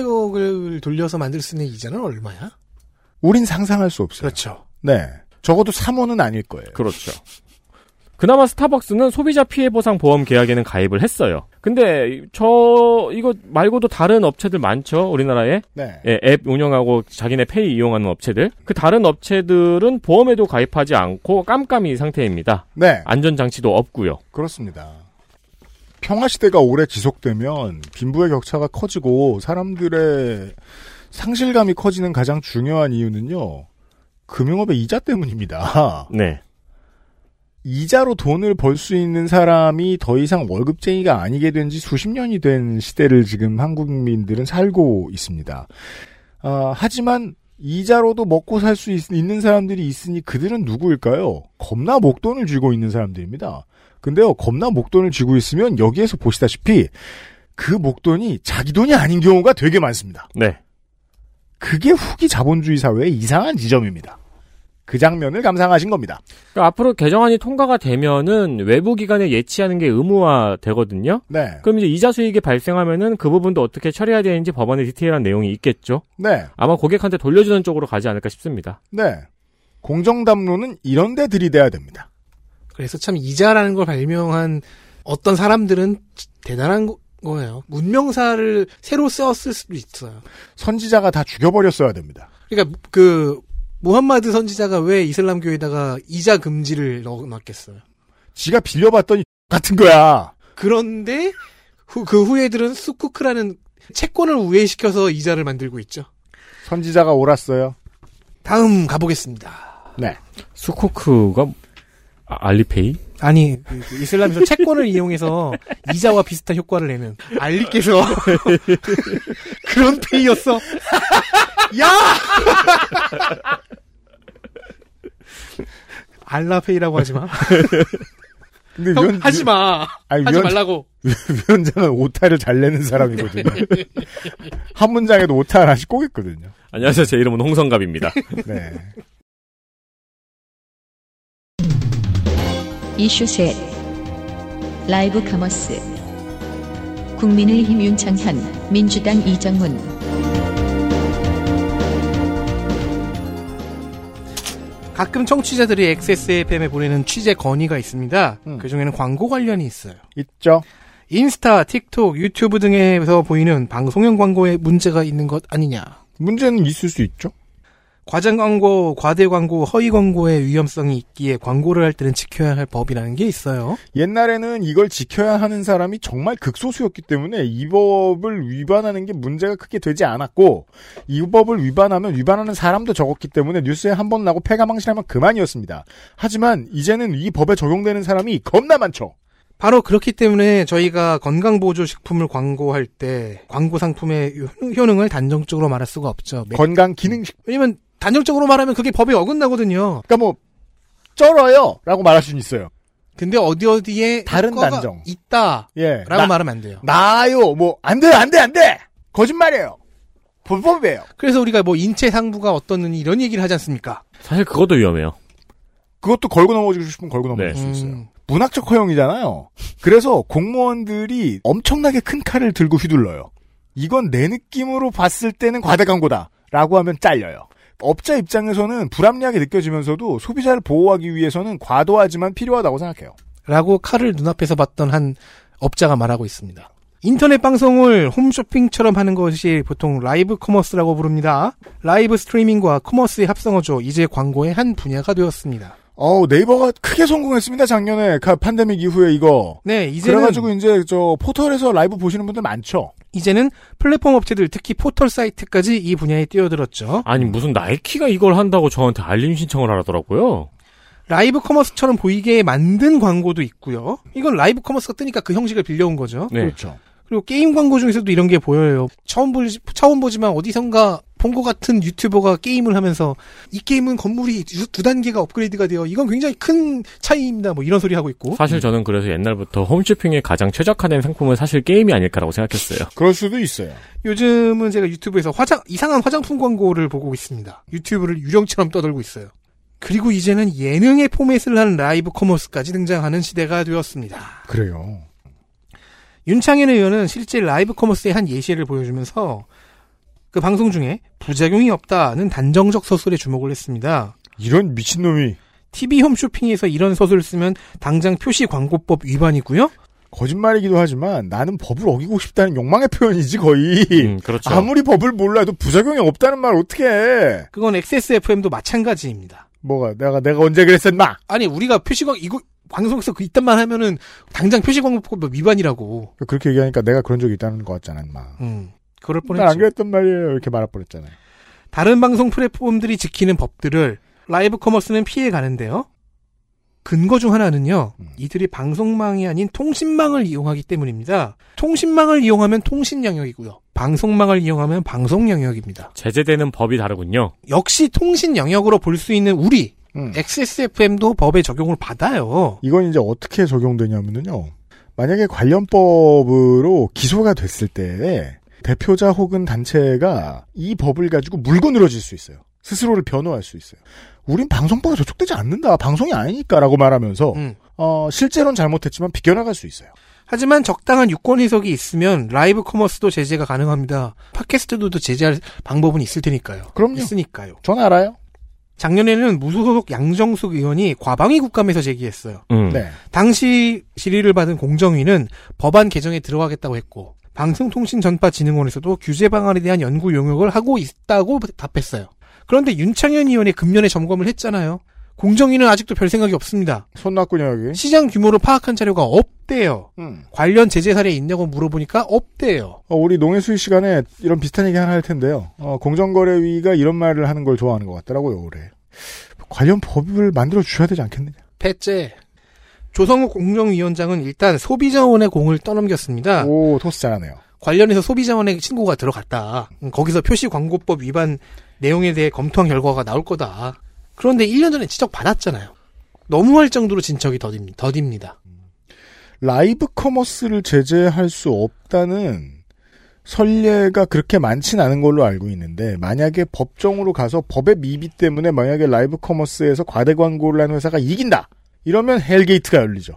Speaker 4: 1800억을 돌려서 만들 수 있는 이자는 얼마야?
Speaker 3: 우린 상상할 수 없어요.
Speaker 4: 그렇죠.
Speaker 3: 네. 적어도 3원은 아닐 거예요.
Speaker 2: 그렇죠. 그나마 스타벅스는 소비자 피해 보상 보험 계약에는 가입을 했어요. 근데 저 이거 말고도 다른 업체들 많죠. 우리나라에
Speaker 3: 네.
Speaker 2: 예, 앱 운영하고 자기네 페이 이용하는 업체들. 그 다른 업체들은 보험에도 가입하지 않고 깜깜이 상태입니다.
Speaker 3: 네.
Speaker 2: 안전 장치도 없고요.
Speaker 3: 그렇습니다. 평화시대가 오래 지속되면 빈부의 격차가 커지고 사람들의 상실감이 커지는 가장 중요한 이유는요. 금융업의 이자 때문입니다.
Speaker 2: 네.
Speaker 3: 이자로 돈을 벌 수 있는 사람이 더 이상 월급쟁이가 아니게 된 지 수십 년이 된 시대를 지금 한국민들은 살고 있습니다. 아, 하지만 이자로도 먹고 살 수 있는 사람들이 있으니 그들은 누구일까요? 겁나 목돈을 쥐고 있는 사람들입니다. 근데요, 겁나 목돈을 쥐고 있으면 여기에서 보시다시피 그 목돈이 자기 돈이 아닌 경우가 되게 많습니다.
Speaker 2: 네.
Speaker 3: 그게 후기 자본주의 사회의 이상한 지점입니다. 그 장면을 감상하신 겁니다.
Speaker 2: 그러니까 앞으로 개정안이 통과가 되면은 외부 기관에 예치하는 게 의무화 되거든요.
Speaker 3: 네.
Speaker 2: 그럼 이제 이자 수익이 발생하면은 그 부분도 어떻게 처리해야 되는지 법안에 디테일한 내용이 있겠죠.
Speaker 3: 네.
Speaker 2: 아마 고객한테 돌려주는 쪽으로 가지 않을까 싶습니다.
Speaker 3: 네. 공정담론은 이런 데 들이대야 됩니다.
Speaker 4: 그래서 참 이자라는 걸 발명한 어떤 사람들은 대단한 거- 거예요. 문명사를 새로 썼을 수도 있어요.
Speaker 3: 선지자가 다 죽여버렸어야 됩니다.
Speaker 4: 그러니까 그 무함마드 선지자가 왜 이슬람교에다가 이자 금지를 넣어놨겠어요.
Speaker 3: 지가 빌려봤더니 같은 거야.
Speaker 4: 그런데 후- 그 후예들은 수쿠크라는 채권을 우회시켜서 이자를 만들고 있죠.
Speaker 3: 선지자가 옳았어요.
Speaker 4: 다음 가보겠습니다.
Speaker 3: 네.
Speaker 2: 수코크가 아, 알리페이?
Speaker 4: 아니 그- 그 이슬람에서 채권을 이용해서 이자와 비슷한 효과를 내는 알리께서 그런 페이였어. 야! 알라페이라고 하지 마.
Speaker 3: 근데
Speaker 4: 형,
Speaker 3: 위원,
Speaker 4: 하지 마.
Speaker 3: 아니,
Speaker 4: 하지
Speaker 3: 위원-
Speaker 4: 말라고.
Speaker 3: 위원장은 오타를 잘 내는 사람이거든요.
Speaker 4: 네.
Speaker 3: 한 문장에도 오타 하나씩 꼭 있거든요.
Speaker 2: 안녕하세요. 제 이름은 홍성갑입니다.
Speaker 3: 네.
Speaker 1: 이슈 셋 라이브 커머스 국민의힘 윤창현 민주당 이정문
Speaker 4: 가끔 청취자들이 XSFM에 보내는 취재 건의가 있습니다.
Speaker 3: 음.
Speaker 4: 그 중에는 광고 관련이 있어요.
Speaker 3: 있죠.
Speaker 4: 인스타, 틱톡, 유튜브 등에서 보이는 방송용 광고에 문제가 있는 것 아니냐.
Speaker 3: 문제는 있을 수 있죠.
Speaker 4: 과장 광고, 과대 광고, 허위 광고의 위험성이 있기에 광고를 할 때는 지켜야 할 법이라는 게 있어요.
Speaker 3: 옛날에는 이걸 지켜야 하는 사람이 정말 극소수였기 때문에 이 법을 위반하는 게 문제가 크게 되지 않았고 이 법을 위반하면 위반하는 사람도 적었기 때문에 뉴스에 한 번 나고 폐가망신하면 그만이었습니다. 하지만 이제는 이 법에 적용되는 사람이 겁나 많죠.
Speaker 4: 바로 그렇기 때문에 저희가 건강보조식품을 광고할 때 광고 상품의 효능- 효능을 단정적으로 말할 수가 없죠. 매-
Speaker 3: 건강 기능식
Speaker 4: 왜냐면 단정적으로 말하면 그게 법에 어긋나거든요.
Speaker 3: 그러니까 뭐 쩔어요라고 말할 수는 있어요.
Speaker 4: 근데 어디 어디에
Speaker 3: 다른
Speaker 4: 효과가
Speaker 3: 단정.
Speaker 4: 있다라고
Speaker 3: 예. 나,
Speaker 4: 말하면 안 돼요.
Speaker 3: 나요. 뭐 안 돼, 안 돼, 안 돼. 거짓말이에요. 불법이에요.
Speaker 4: 그래서 우리가 뭐 인체 상부가 어떻느니 이런 얘기를 하지 않습니까?
Speaker 2: 사실 그것도 위험해요.
Speaker 3: 그것도 걸고 넘어지고 싶으면 걸고 넘어질
Speaker 2: 네.
Speaker 3: 수 있어요.
Speaker 4: 음,
Speaker 3: 문학적 허용이잖아요. 그래서 공무원들이 엄청나게 큰 칼을 들고 휘둘러요. 이건 내 느낌으로 봤을 때는 과대 광고다. 라고 하면 잘려요. 업자 입장에서는 불합리하게 느껴지면서도 소비자를 보호하기 위해서는 과도하지만 필요하다고 생각해요.
Speaker 4: 라고 칼을 눈앞에서 봤던 한 업자가 말하고 있습니다. 인터넷 방송을 홈쇼핑처럼 하는 것이 보통 라이브 커머스라고 부릅니다. 라이브 스트리밍과 커머스의 합성어죠. 이제 광고의 한 분야가 되었습니다.
Speaker 3: 어우, 네이버가 크게 성공했습니다, 작년에. 그 팬데믹 이후에 이거.
Speaker 4: 네, 이제는
Speaker 3: 그래가지고 이제 저 포털에서 라이브 보시는 분들 많죠.
Speaker 4: 이제는 플랫폼 업체들 특히 포털 사이트까지 이 분야에 뛰어들었죠.
Speaker 2: 아니 무슨 나이키가 이걸 한다고 저한테 알림 신청을 하더라고요.
Speaker 4: 라이브 커머스처럼 보이게 만든 광고도 있고요. 이건 라이브 커머스가 뜨니까 그 형식을 빌려온 거죠.
Speaker 2: 네.
Speaker 3: 그렇죠.
Speaker 4: 그리고 게임 광고 중에서도 이런 게 보여요. 처음 보지, 처음 보지만 어디선가 본 것 같은 유튜버가 게임을 하면서 이 게임은 건물이 두, 두 단계가 업그레이드가 되어 이건 굉장히 큰 차이입니다. 뭐 이런 소리 하고 있고.
Speaker 2: 사실 저는 그래서 옛날부터 홈쇼핑에 가장 최적화된 상품은 사실 게임이 아닐까라고 생각했어요.
Speaker 3: 그럴 수도 있어요.
Speaker 4: 요즘은 제가 유튜브에서 화장, 이상한 화장품 광고를 보고 있습니다. 유튜브를 유령처럼 떠들고 있어요. 그리고 이제는 예능의 포맷을 한 라이브 커머스까지 등장하는 시대가 되었습니다.
Speaker 3: 그래요.
Speaker 4: 윤창현 의원은 실제 라이브 커머스의 한 예시를 보여주면서 그 방송 중에 부작용이 없다는 단정적 서술에 주목을 했습니다.
Speaker 3: 이런 미친놈이
Speaker 4: TV 홈쇼핑에서 이런 서술을 쓰면 당장 표시 광고법 위반이고요.
Speaker 3: 거짓말이기도 하지만 나는 법을 어기고 싶다는 욕망의 표현이지 거의.
Speaker 2: 음, 그렇죠.
Speaker 3: 아무리 법을 몰라도 부작용이 없다는 말 어떻게 해?
Speaker 4: 그건 XSFM도 마찬가지입니다.
Speaker 3: 뭐가 내가 내가 언제 그랬었나?
Speaker 4: 아니 우리가 표시 광 이거 방송에서 그 이딴 말 하면은 당장 표시 광고법 위반이라고.
Speaker 3: 그렇게 얘기하니까 내가 그런 적이 있다는 것 같잖아, 마.
Speaker 4: 음. 그럴
Speaker 3: 난안
Speaker 4: 뻔했죠.
Speaker 3: 그랬단 말이에요. 이렇게 말할 뻔했잖아요.
Speaker 4: 다른 방송 플랫폼들이 지키는 법들을 라이브 커머스는 피해 가는데요. 근거 중 하나는요.
Speaker 3: 음.
Speaker 4: 이들이 방송망이 아닌 통신망을 이용하기 때문입니다. 통신망을 이용하면 통신 영역이고요. 방송망을 이용하면 방송 영역입니다.
Speaker 2: 제재되는 법이 다르군요.
Speaker 4: 역시 통신 영역으로 볼 수 있는 우리
Speaker 3: 음.
Speaker 4: XSFM도 법의 적용을 받아요.
Speaker 3: 이건 이제 어떻게 적용되냐면요. 만약에 관련법으로 기소가 됐을 때 대표자 혹은 단체가 이 법을 가지고 물고늘어질 수 있어요. 스스로를 변호할 수 있어요. 우린 방송법에 저촉되지 않는다. 방송이 아니니까라고 말하면서
Speaker 4: 음.
Speaker 3: 어, 실제로는 잘못했지만 비껴나갈 수 있어요.
Speaker 4: 하지만 적당한 유권 해석이 있으면 라이브 커머스도 제재가 가능합니다. 팟캐스트도 또 제재할 방법은 있을 테니까요.
Speaker 3: 그럼요.
Speaker 4: 있으니까요.
Speaker 3: 전 알아요.
Speaker 4: 작년에는 무소속 양정숙 의원이 과방위 국감에서 제기했어요.
Speaker 2: 음.
Speaker 3: 네.
Speaker 4: 당시 질의를 받은 공정위는 법안 개정에 들어가겠다고 했고 방송통신전파진흥원에서도 규제 방안에 대한 연구 용역을 하고 있다고 답했어요. 그런데 윤창현 의원이 금년에 점검을 했잖아요. 공정위는 아직도 별 생각이 없습니다.
Speaker 3: 손 났군요, 여기.
Speaker 4: 시장 규모를 파악한 자료가 없대요.
Speaker 3: 음.
Speaker 4: 관련 제재 사례 있냐고 물어보니까 없대요.
Speaker 3: 어, 우리 농해수의 시간에 이런 비슷한 얘기 하나 할 텐데요. 어, 공정거래위가 이런 말을 하는 걸 좋아하는 것 같더라고요, 올해. 관련 법을 만들어 주셔야 되지 않겠느냐.
Speaker 4: 셋째, 조성욱 공정위원장은 일단 소비자원의 공을 떠넘겼습니다.
Speaker 3: 오, 토스 잘하네요.
Speaker 4: 관련해서 소비자원의 신고가 들어갔다. 음, 거기서 표시 광고법 위반 내용에 대해 검토한 결과가 나올 거다. 그런데 1년 전에 지적 받았잖아요. 너무할 정도로 진척이 더딥, 더딥니다.
Speaker 3: 라이브 커머스를 제재할 수 없다는 선례가 그렇게 많진 않은 걸로 알고 있는데 만약에 법정으로 가서 법의 미비 때문에 만약에 라이브 커머스에서 과대 광고를 한 회사가 이긴다 이러면 헬게이트가 열리죠.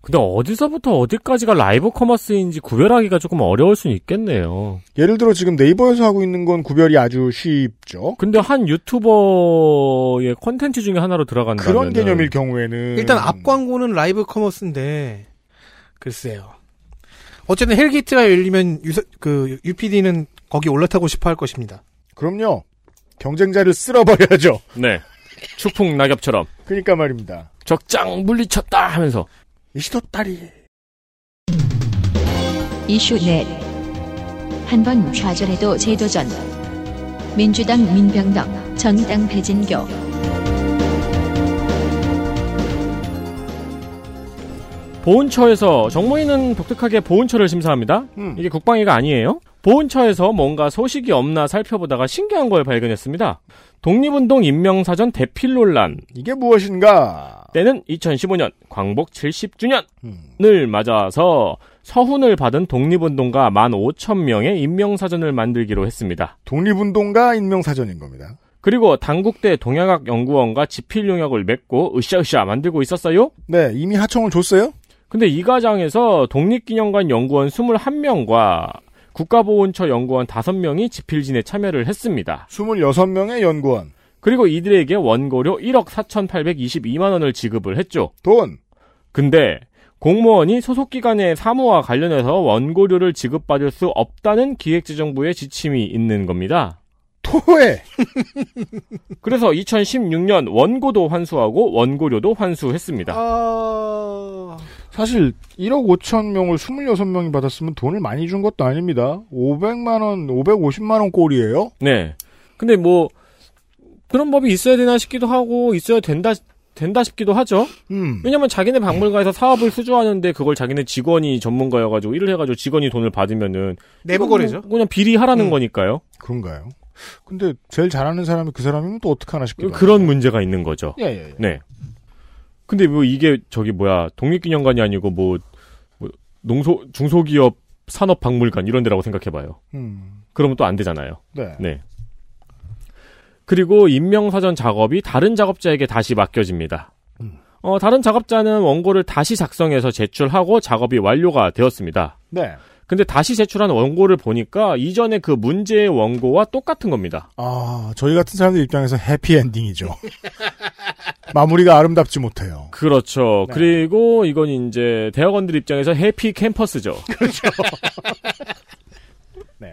Speaker 2: 근데 어디서부터 어디까지가 라이브 커머스인지 구별하기가 조금 어려울 수는 있겠네요.
Speaker 3: 예를 들어 지금 네이버에서 하고 있는 건 구별이 아주 쉽죠.
Speaker 2: 근데 한 유튜버의 콘텐츠 중에 하나로 들어간다면
Speaker 3: 그런 개념일 경우에는
Speaker 4: 일단 앞 광고는 라이브 커머스인데, 글쎄요. 어쨌든 헬게이트가 열리면 유, 그, UPD는 거기 올라타고 싶어 할 것입니다.
Speaker 3: 그럼요 경쟁자를 쓸어버려야죠.
Speaker 2: 네. 추풍 낙엽처럼
Speaker 3: 그러니까 말입니다.
Speaker 2: 적장 물리쳤다 하면서
Speaker 3: 이시도 딸이
Speaker 1: 이슈 넷. 한 번 좌절해도 재도전. 민주당 민병덕, 정의당 배진교.
Speaker 2: 보훈처에서 정무위는 독특하게 보훈처를 심사합니다.
Speaker 3: 음.
Speaker 2: 이게 국방위가 아니에요. 보훈처에서 뭔가 소식이 없나 살펴보다가 신기한 걸 발견했습니다. 독립운동 임명사전 대필 논란
Speaker 3: 이게 무엇인가?
Speaker 2: 때는 2015년 광복 70주년
Speaker 3: 음.
Speaker 2: 을 맞아서 서훈을 받은 독립운동가 15,000명의 임명사전을 만들기로 했습니다.
Speaker 3: 독립운동가 인명사전인 겁니다.
Speaker 2: 그리고 당국대 동양학 연구원과 지필 용역을 맺고 으쌰으쌰 만들고 있었어요.
Speaker 3: 네 이미 하청을 줬어요?
Speaker 2: 근데 이 과정에서 독립기념관 연구원 21명과 국가보훈처 연구원 5명이 지필진에 참여를 했습니다.
Speaker 3: 26명의 연구원
Speaker 2: 그리고 이들에게 원고료 1억 4,822만 원을 지급을 했죠.
Speaker 3: 돈
Speaker 2: 근데 공무원이 소속 기관의 사무와 관련해서 원고료를 지급받을 수 없다는 기획재정부의 지침이 있는 겁니다.
Speaker 3: 토해
Speaker 2: 그래서 2016년 원고도 환수하고 원고료도 환수했습니다.
Speaker 4: 아...
Speaker 3: 사실 1억 5천 명을 26명이 받았으면 돈을 많이 준 것도 아닙니다. 500만 원, 550만 원 꼴이에요.
Speaker 2: 네. 근데 뭐 그런 법이 있어야 되나 싶기도 하고 있어야 된다 된다 싶기도 하죠.
Speaker 3: 음.
Speaker 2: 왜냐면 자기네 박물관에서 사업을 수주하는데 그걸 자기네 직원이 전문가여가지고 일을 해가지고 직원이 돈을 받으면은
Speaker 4: 내부
Speaker 2: 이건 뭐
Speaker 4: 거래죠.
Speaker 2: 그냥 비리하라는
Speaker 4: 음.
Speaker 2: 거니까요.
Speaker 3: 그런가요? 근데 제일 잘하는 사람이 그 사람이면 또 어떡하나 싶기도 하고.
Speaker 2: 그런 문제가 있는 거죠.
Speaker 3: 예, 예, 예.
Speaker 2: 네. 근데 뭐 이게 저기 뭐야 독립기념관이 아니고 뭐, 뭐 농소 중소기업 산업박물관 이런 데라고 생각해봐요.
Speaker 3: 음.
Speaker 2: 그러면 또 안 되잖아요.
Speaker 3: 네.
Speaker 2: 네. 그리고 임명사전 작업이 다른 작업자에게 다시 맡겨집니다. 어, 다른 작업자는 원고를 다시 작성해서 제출하고 작업이 완료가 되었습니다.
Speaker 3: 네.
Speaker 2: 근데 다시 제출한 원고를 보니까 이전에 그 문제의 원고와 똑같은 겁니다.
Speaker 3: 아, 저희 같은 사람들 입장에서 해피엔딩이죠. 마무리가 아름답지 못해요.
Speaker 2: 그렇죠.
Speaker 3: 네.
Speaker 2: 그리고 이건 이제 대학원들 입장에서 해피 캠퍼스죠.
Speaker 3: 네.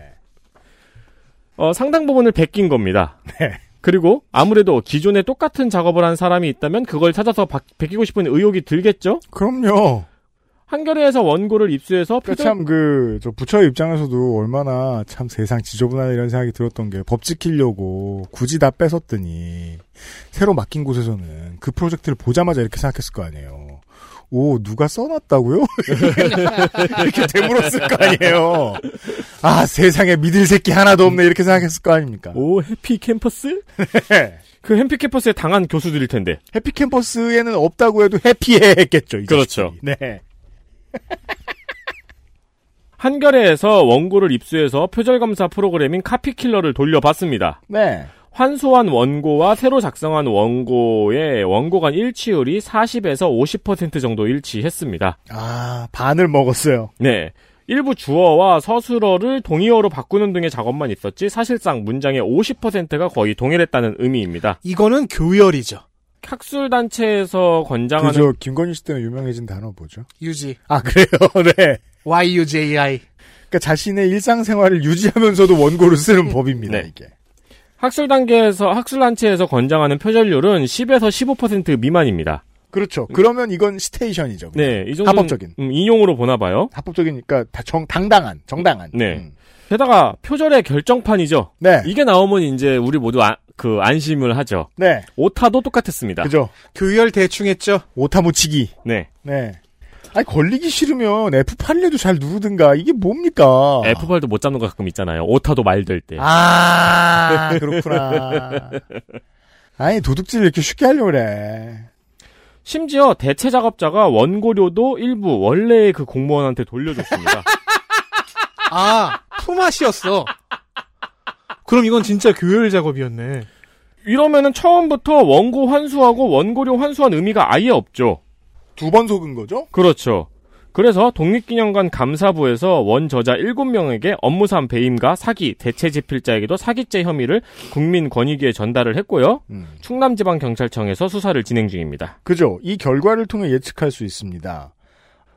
Speaker 2: 어, 상당 부분을 베낀 겁니다.
Speaker 3: 네.
Speaker 2: 그리고 아무래도 기존에 똑같은 작업을 한 사람이 있다면 그걸 찾아서 바- 베끼고 싶은 의욕이 들겠죠?
Speaker 3: 그럼요.
Speaker 2: 한겨레에서 원고를 입수해서
Speaker 3: 그
Speaker 2: 표절-
Speaker 3: 참, 그, 저, 부처의 입장에서도 얼마나 참 세상 지저분하다 이런 생각이 들었던 게 법 지키려고 굳이 다 뺏었더니 새로 맡긴 곳에서는 그 프로젝트를 보자마자 이렇게 생각했을 거 아니에요. 오, 누가 써놨다고요? 이렇게 되물었을 거 아니에요. 아, 세상에 믿을 새끼 하나도 없네. 이렇게 생각했을 거 아닙니까?
Speaker 2: 오 해피 캠퍼스?
Speaker 3: 네.
Speaker 2: 그 해피 캠퍼스에 당한 교수들일 텐데.
Speaker 3: 해피 캠퍼스에는 없다고 해도 해피해 했겠죠. 이
Speaker 2: 그렇죠.
Speaker 3: 자식들이. 네.
Speaker 2: 한겨레에서 원고를 입수해서 표절 검사 프로그램인 카피킬러를 돌려봤습니다.
Speaker 3: 네.
Speaker 2: 환수한 원고와 새로 작성한 원고의 원고 간 일치율이 40에서 50% 정도 일치했습니다.
Speaker 3: 아, 반을 먹었어요.
Speaker 2: 네. 일부 주어와 서술어를 동의어로 바꾸는 등의 작업만 있었지 사실상 문장의 50%가 거의 동일했다는 의미입니다.
Speaker 4: 이거는 교열이죠.
Speaker 2: 학술단체에서 권장하는
Speaker 3: 그저 김건희 씨 때문에 유명해진 단어 뭐죠?
Speaker 4: 유지.
Speaker 3: 아 그래요, 네.
Speaker 4: YUJI.
Speaker 3: 그러니까 자신의 일상생활을 유지하면서도 원고를 쓰는 법입니다
Speaker 2: 네.
Speaker 3: 이게.
Speaker 2: 학술 단계에서 학술 단체에서 권장하는 표절률은 10에서 15% 미만입니다.
Speaker 3: 그렇죠. 그러면 이건 스테이션이죠. 그냥.
Speaker 2: 네, 이 정도
Speaker 3: 합법적인.
Speaker 2: 인용으로 보나 봐요.
Speaker 3: 합법적이니까 다 정, 당당한, 정당한.
Speaker 2: 네.
Speaker 3: 음.
Speaker 2: 게다가 표절의 결정판이죠.
Speaker 3: 네.
Speaker 2: 이게 나오면 이제 우리 모두 아- 그 안심을 하죠.
Speaker 3: 네.
Speaker 2: 오타도 똑같았습니다.
Speaker 3: 그죠.
Speaker 4: 교열 대충 했죠.
Speaker 3: 오타 묻히기.
Speaker 2: 네.
Speaker 3: 네. 아니, 걸리기 싫으면 F8에도 잘 누르든가. 이게 뭡니까?
Speaker 2: F8도 못 잡는 거 가끔 있잖아요. 오타도 말될
Speaker 3: 예.
Speaker 2: 때.
Speaker 3: 아, 그렇구나. 아니, 도둑질 이렇게 쉽게 하려고 그래.
Speaker 2: 심지어 대체 작업자가 원고료도 일부 원래의 그 공무원한테 돌려줬습니다.
Speaker 4: 아, 품앗이었어. 그럼 이건 진짜 교열 작업이었네.
Speaker 2: 이러면은 처음부터 원고 환수하고 원고료 환수한 의미가 아예 없죠.
Speaker 3: 두 번 속은 거죠?
Speaker 2: 그렇죠. 그래서 독립기념관 감사부에서 원저자 7명에게 업무상 배임과 사기, 대체지필자에게도 사기죄 혐의를 국민권익위에 전달을 했고요.
Speaker 3: 음.
Speaker 2: 충남지방경찰청에서 수사를 진행 중입니다.
Speaker 3: 그죠. 이 결과를 통해 예측할 수 있습니다.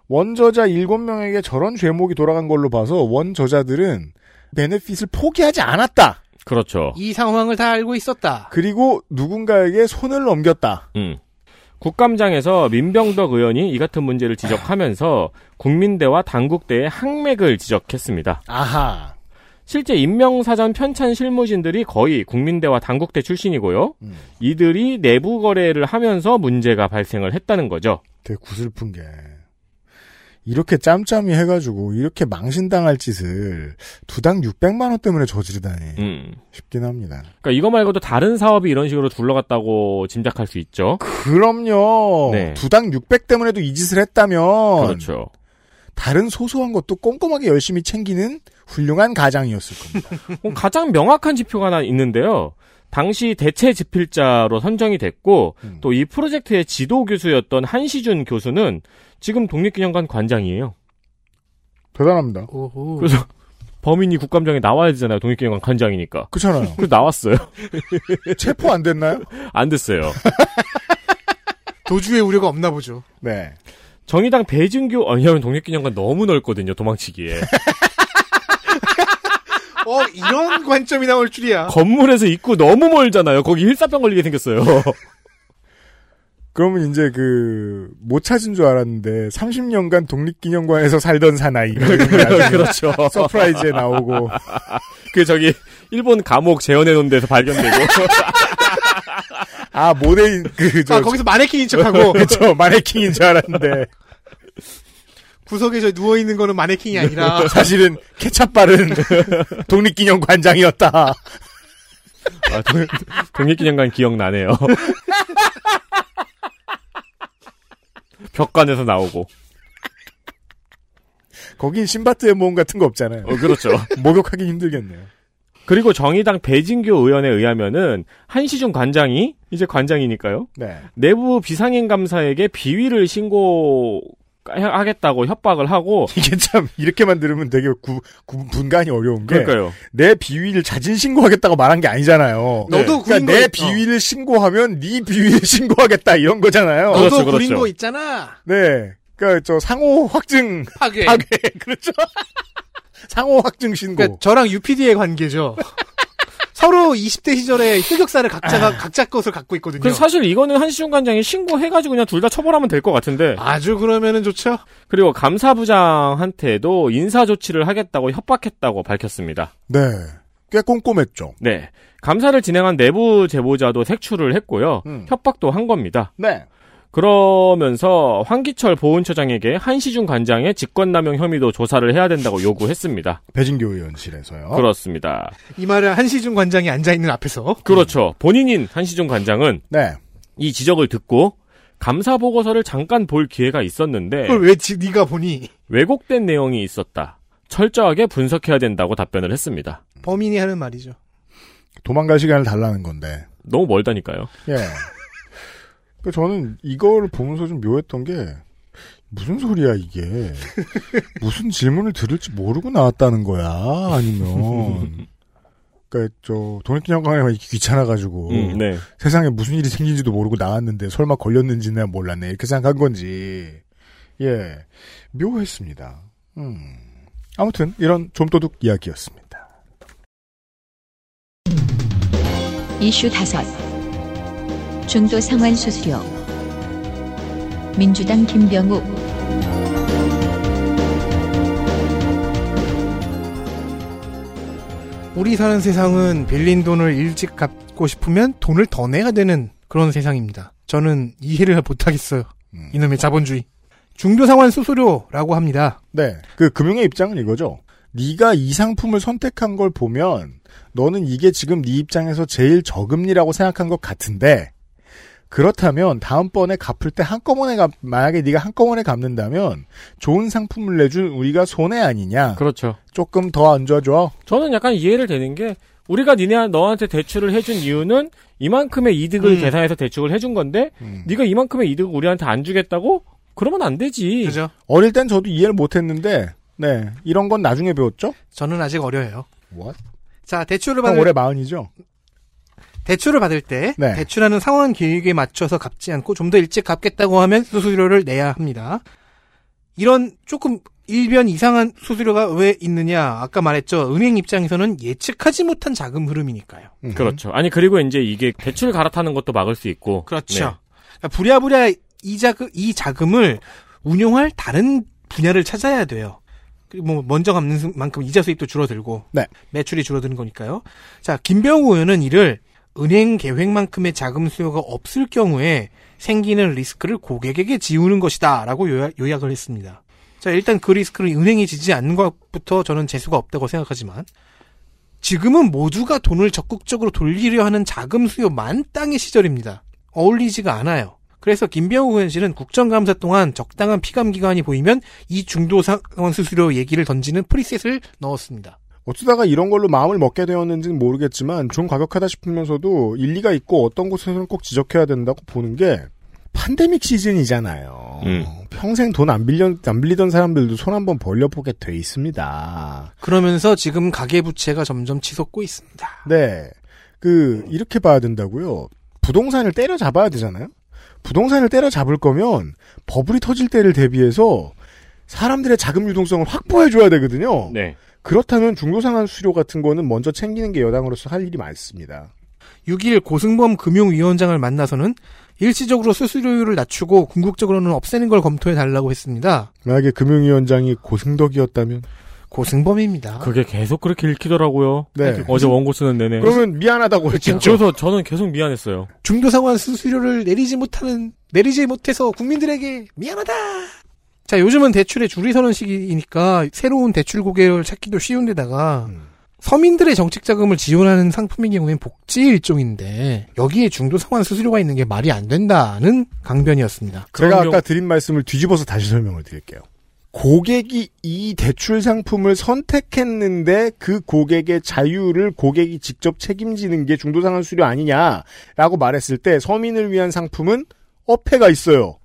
Speaker 3: 원저자 7명에게 저런 죄목이 돌아간 걸로 봐서 원저자들은 베네핏을 포기하지 않았다.
Speaker 2: 그렇죠.
Speaker 4: 이 상황을 다 알고 있었다.
Speaker 3: 그리고 누군가에게 손을 넘겼다.
Speaker 2: 음. 국감장에서 민병덕 의원이 이 같은 문제를 지적하면서 국민대와 당국대의 항맥을 지적했습니다.
Speaker 3: 아하.
Speaker 2: 실제 임명사전 편찬 실무진들이 거의 국민대와 당국대 출신이고요.
Speaker 3: 음.
Speaker 2: 이들이 내부 거래를 하면서 문제가 발생을 했다는 거죠.
Speaker 3: 되게 구슬픈 게 이렇게 짬짬이 해가지고 이렇게 망신당할 짓을 두당 600만 원 때문에 저지르다니
Speaker 2: 음.
Speaker 3: 싶긴 합니다.
Speaker 2: 그러니까 이거 말고도 다른 사업이 이런 식으로 둘러갔다고 짐작할 수 있죠.
Speaker 3: 그럼요.
Speaker 2: 네.
Speaker 3: 두당 600 때문에도 이 짓을 했다면
Speaker 2: 그렇죠.
Speaker 3: 다른 소소한 것도 꼼꼼하게 열심히 챙기는 훌륭한 가장이었을 겁니다.
Speaker 2: 그럼 가장 명확한 지표가 하나 있는데요. 당시 대체 지필자로 선정이 됐고
Speaker 3: 음.
Speaker 2: 또 이 프로젝트의 지도 교수였던 한시준 교수는 지금 독립기념관 관장이에요.
Speaker 3: 대단합니다.
Speaker 4: 오호.
Speaker 2: 그래서 범인이 국감장에 나와야 되잖아요. 독립기념관 관장이니까.
Speaker 3: 그렇잖아요.
Speaker 2: 그래서 나왔어요.
Speaker 3: 체포 안 됐나요?
Speaker 2: 안 됐어요.
Speaker 4: 도주의 우려가 없나 보죠.
Speaker 3: 네.
Speaker 2: 정의당 배진규 어, 왜냐면 독립기념관 너무 넓거든요. 도망치기에.
Speaker 4: 어, 이런 관점이 나올 줄이야. 아,
Speaker 2: 건물에서 입구 너무 멀잖아요. 거기 힐사병 걸리게 생겼어요.
Speaker 3: 그러면 이제 그, 못 찾은 줄 알았는데, 30년간 독립기념관에서 살던 사나이.
Speaker 2: 그렇죠.
Speaker 3: 서프라이즈에 나오고.
Speaker 2: 그 저기 일본 감옥 재현해 놓은 데서 발견되고
Speaker 3: 아, 모델, 그, 저,
Speaker 2: 그렇죠.
Speaker 4: 아, 거기서 마네킹인 척하고
Speaker 3: 그쵸, 마네킹인 줄 알았는데.
Speaker 4: 구석에 저 누워 있는 거는 마네킹이
Speaker 2: 그렇죠,
Speaker 4: 아니라
Speaker 3: 사실은 케찹 바른 독립기념 관장이었다.
Speaker 2: 아, 독- 독립기념관 기억나네요. 벽관에서 나오고
Speaker 3: 거긴 신바트의 모험 같은 거 없잖아요.
Speaker 2: 어, 그렇죠.
Speaker 3: 목욕하기 힘들겠네요.
Speaker 2: 그리고 정의당 배진교 의원에 의하면은 한시중 관장이 이제 관장이니까요.
Speaker 3: 네.
Speaker 2: 내부 비상행 감사에게 비위를 신고하겠다고 협박을 하고
Speaker 3: 이게 참, 이렇게만 들으면 되게 구, 구- 분간이 어려운 게.
Speaker 2: 네. 그러니까요.
Speaker 3: 내 비위를 자진 신고하겠다고 말한 게 아니잖아요.
Speaker 4: 너도
Speaker 3: 그러니까
Speaker 4: 구인
Speaker 3: 내
Speaker 4: 거겠다.
Speaker 3: 비위를 신고하면 네 비위를 신고하겠다 이런 거잖아요.
Speaker 2: 그렇죠,
Speaker 4: 어, 너도 부린
Speaker 2: 그렇죠.
Speaker 4: 거 있잖아.
Speaker 3: 네. 그러니까 저 상호 확증
Speaker 4: 파괴.
Speaker 3: 파괴 그렇죠. 상호 확증 신고.
Speaker 4: 그러니까 저랑 UPD의 관계죠. 서로 20대 시절에 흑역사를 각자가 각자 것을 갖고 있거든요.
Speaker 2: 아. 그래서 사실 이거는 한시중 관장이 신고해가지고 그냥 둘 다 처벌하면 될 것 같은데
Speaker 4: 아주 그러면은 좋죠.
Speaker 2: 그리고 감사부장한테도 인사 조치를 하겠다고 협박했다고 밝혔습니다.
Speaker 3: 네. 꽤 꼼꼼했죠.
Speaker 2: 네. 감사를 진행한 내부 제보자도 색출을 했고요.
Speaker 3: 음.
Speaker 2: 협박도 한 겁니다.
Speaker 3: 네.
Speaker 2: 그러면서 황기철 보훈처장에게 한시중 관장의 직권남용 혐의도 조사를 해야 된다고 요구했습니다.
Speaker 3: 배진교 의원실에서요.
Speaker 2: 그렇습니다.
Speaker 4: 이 말을 한시준 관장이 앉아 있는 앞에서
Speaker 3: 음.
Speaker 2: 그렇죠. 본인인 한시중 관장은
Speaker 3: 네.
Speaker 2: 이 지적을 듣고 감사 보고서를 잠깐 볼 기회가 있었는데
Speaker 4: 그걸 왜 지, 네가 보니
Speaker 2: 왜곡된 내용이 있었다. 철저하게 분석해야 된다고 답변을 했습니다.
Speaker 4: 범인이 하는 말이죠.
Speaker 3: 도망갈 시간을 달라는 건데.
Speaker 2: 너무 멀다니까요.
Speaker 3: 그러니까 예. 그 저는 이걸 보면서 좀 묘했던 게 무슨 소리야 이게 무슨 질문을 들을지 모르고 나왔다는 거야 아니면 그러니까 저 독립기념관에 귀찮아가지고
Speaker 2: 음, 네.
Speaker 3: 세상에 무슨 일이 생긴지도 모르고 나왔는데 설마 걸렸는지는 난 몰랐네 이렇게 생각한 건지 예 묘했습니다. 음. 아무튼 이런 좀도둑 이야기였습니다.
Speaker 1: 이슈 다섯 중도 상환 수수료 민주당 김병욱
Speaker 4: 우리 사는 세상은 빌린 돈을 일찍 갚고 싶으면 돈을 더 내야 되는 그런 세상입니다. 저는 이해를 못하겠어요.
Speaker 3: 음.
Speaker 4: 이놈의 자본주의. 중도상환 수수료라고 합니다.
Speaker 3: 네, 그 금융의 입장은 이거죠. 네가 이 상품을 선택한 걸 보면 너는 이게 지금 네 입장에서 제일 저금리라고 생각한 것 같은데 그렇다면 다음번에 갚을 때 한꺼번에 갚, 만약에 네가 한꺼번에 갚는다면 좋은 상품을 내준 우리가 손해 아니냐?
Speaker 2: 그렇죠.
Speaker 3: 조금 더 안 줘줘.
Speaker 2: 저는 약간 이해를 되는 게 우리가 니네 너한테 대출을 해준 이유는 이만큼의 이득을
Speaker 4: 음.
Speaker 2: 계산해서 대출을 해준 건데
Speaker 3: 음.
Speaker 2: 네가 이만큼의 이득을 우리한테 안 주겠다고 그러면 안 되지.
Speaker 4: 그죠?
Speaker 3: 어릴 땐 저도 이해를 못했는데 네 이런 건 나중에 배웠죠.
Speaker 4: 저는 아직 어려요.
Speaker 3: What?
Speaker 4: 자, 대출을
Speaker 3: 형
Speaker 4: 받을
Speaker 3: 올해 마흔이죠.
Speaker 4: 대출을 받을 때
Speaker 3: 네.
Speaker 4: 대출하는 상환 계획에 맞춰서 갚지 않고 좀 더 일찍 갚겠다고 하면 수수료를 내야 합니다. 이런 조금 일변 이상한 수수료가 왜 있느냐? 아까 말했죠. 은행 입장에서는 예측하지 못한 자금 흐름이니까요.
Speaker 3: 음.
Speaker 2: 그렇죠. 아니 그리고 이제 이게 대출 갈아타는 것도 막을 수 있고.
Speaker 4: 그렇죠. 그러니까 부랴부랴 이 자금 이 자금을 운용할 다른 분야를 찾아야 돼요. 그리고 뭐 먼저 갚는 수- 만큼 이자 수입도 줄어들고
Speaker 3: 네.
Speaker 4: 매출이 줄어드는 거니까요. 자 김병우 의원은 이를 은행 계획만큼의 자금 수요가 없을 경우에 생기는 리스크를 고객에게 지우는 것이다라고 요약, 요약을 했습니다. 자 일단 그 리스크를 은행이 지지 않는 것부터 저는 재수가 없다고 생각하지만 지금은 모두가 돈을 적극적으로 돌리려 하는 자금 수요 만땅의 시절입니다. 어울리지가 않아요. 그래서 김병우 의원 씨는 국정감사 동안 적당한 피감 기간이 보이면 이 중도 상원 수수료 얘기를 던지는 프리셋을 넣었습니다.
Speaker 3: 어쩌다가 이런 걸로 마음을 먹게 되었는지는 모르겠지만 좀 과격하다 싶으면서도 일리가 있고 어떤 곳에서는 꼭 지적해야 된다고 보는 게 팬데믹 시즌이잖아요.
Speaker 2: 음.
Speaker 3: 평생 돈 안 빌려 안 빌리던 사람들도 손 한번 벌려보게 돼 있습니다.
Speaker 4: 그러면서 지금 가계부채가 점점 치솟고 있습니다.
Speaker 3: 네, 그 이렇게 봐야 된다고요. 부동산을 때려잡아야 되잖아요. 부동산을 때려잡을 거면 버블이 터질 때를 대비해서 사람들의 자금 유동성을 확보해 줘야 되거든요.
Speaker 2: 네.
Speaker 3: 그렇다면 중도상환 수료 같은 거는 먼저 챙기는 게 여당으로서 할 일이 많습니다.
Speaker 4: 6일 고승범 금융위원장을 만나서는 일시적으로 수수료율을 낮추고 궁극적으로는 없애는 걸 검토해 달라고 했습니다.
Speaker 3: 만약에 금융위원장이 고승덕이었다면
Speaker 4: 고승범입니다.
Speaker 2: 그게 계속 그렇게 읽히더라고요.
Speaker 3: 네.
Speaker 2: 어제 원고 쓰는 내내.
Speaker 3: 그러면 미안하다고 했죠.
Speaker 2: 그래서 저는 계속 미안했어요.
Speaker 4: 중도 상환 수수료를 내리지 못하는 내리지 못해서 국민들에게 미안하다. 자, 요즘은 대출의 줄이 서는 시기이니까 새로운 데출 고객을 찾기도 쉬운데다가
Speaker 3: 음.
Speaker 4: 서민들의 정책 자금을 지원하는 상품인 경우엔 복지 일종인데 여기에 중도 상환 수수료가 있는 게 말이 안 된다는 강변이었습니다.
Speaker 3: 제가
Speaker 2: 그런
Speaker 3: 아까 드린 말씀을 뒤집어서 다시 설명을 드릴게요. 고객이 이 대출 상품을 선택했는데 그 고객의 자유를 고객이 직접 책임지는 게 중도상환 수료 아니냐라고 말했을 때 서민을 위한 상품은 어폐가 있어요.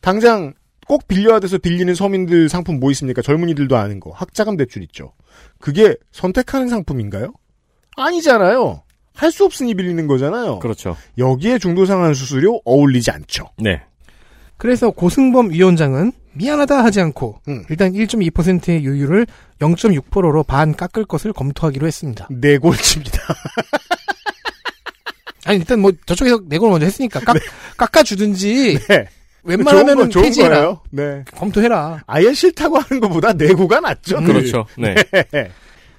Speaker 3: 당장 꼭 빌려야 돼서 빌리는 서민들 상품 뭐 있습니까? 젊은이들도 아는 거. 학자금 대출 있죠. 그게 선택하는 상품인가요? 아니잖아요. 할 수 없으니 빌리는
Speaker 4: 어.
Speaker 3: 거잖아요.
Speaker 2: 그렇죠.
Speaker 3: 여기에 중도상환 수수료 어울리지 않죠.
Speaker 2: 네.
Speaker 4: 그래서 고승범 위원장은 미안하다 하지 않고
Speaker 3: 음.
Speaker 4: 일단 1.2%의 유율을 0.6%로 반 깎을 것을 검토하기로 했습니다.
Speaker 3: 네 골치입니다.
Speaker 4: 아니 일단 뭐 저쪽에서 내걸 먼저 했으니까 깎, 깎아주든지
Speaker 3: 네. 좋은 건
Speaker 4: 웬만하면
Speaker 3: 좋은
Speaker 4: 폐지해라
Speaker 3: 거예요. 네.
Speaker 4: 검토해라
Speaker 3: 아예 싫다고 하는 것보다 내고가 낫죠.
Speaker 4: 음.
Speaker 2: 그렇죠. 네.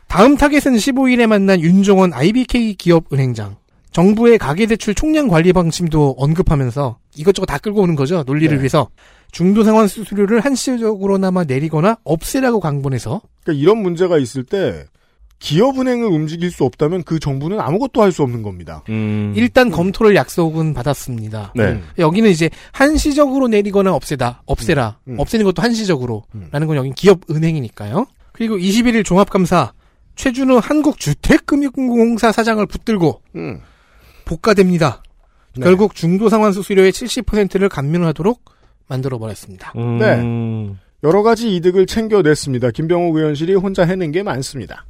Speaker 4: 다음 타겟은 15일에 만난 윤종원 IBK 기업은행장 정부의 가계대출 총량 관리 방침도 언급하면서 이것저것 다 끌고 오는 거죠 논리를
Speaker 3: 네.
Speaker 4: 위해서 중도상환 수수료를 한시적으로나마 내리거나 없애라고 강본해서
Speaker 3: 그러니까 이런 문제가 있을 때 기업은행을 움직일 수 없다면 그 정부는 아무것도 할 수 없는 겁니다.
Speaker 2: 음.
Speaker 4: 일단 음. 검토를 약속은 받았습니다
Speaker 2: 네.
Speaker 4: 여기는 이제 한시적으로 내리거나 없애다, 없애라,
Speaker 3: 음, 음.
Speaker 4: 없애는 것도 한시적으로.
Speaker 3: 음.
Speaker 4: 라는 건 여긴 기업 은행이니까요. 그리고 21일 종합감사 최준우 한국주택금융공사 사장을 붙들고
Speaker 3: 음.
Speaker 4: 복가됩니다.
Speaker 3: 네.
Speaker 4: 결국 중도상환 수수료의 70%를 감면하도록 만들어 버렸습니다.
Speaker 2: 음,
Speaker 4: 네.
Speaker 3: 여러 가지 이득을 챙겨냈습니다. 김병욱 의원실이 혼자 해낸 게 많습니다.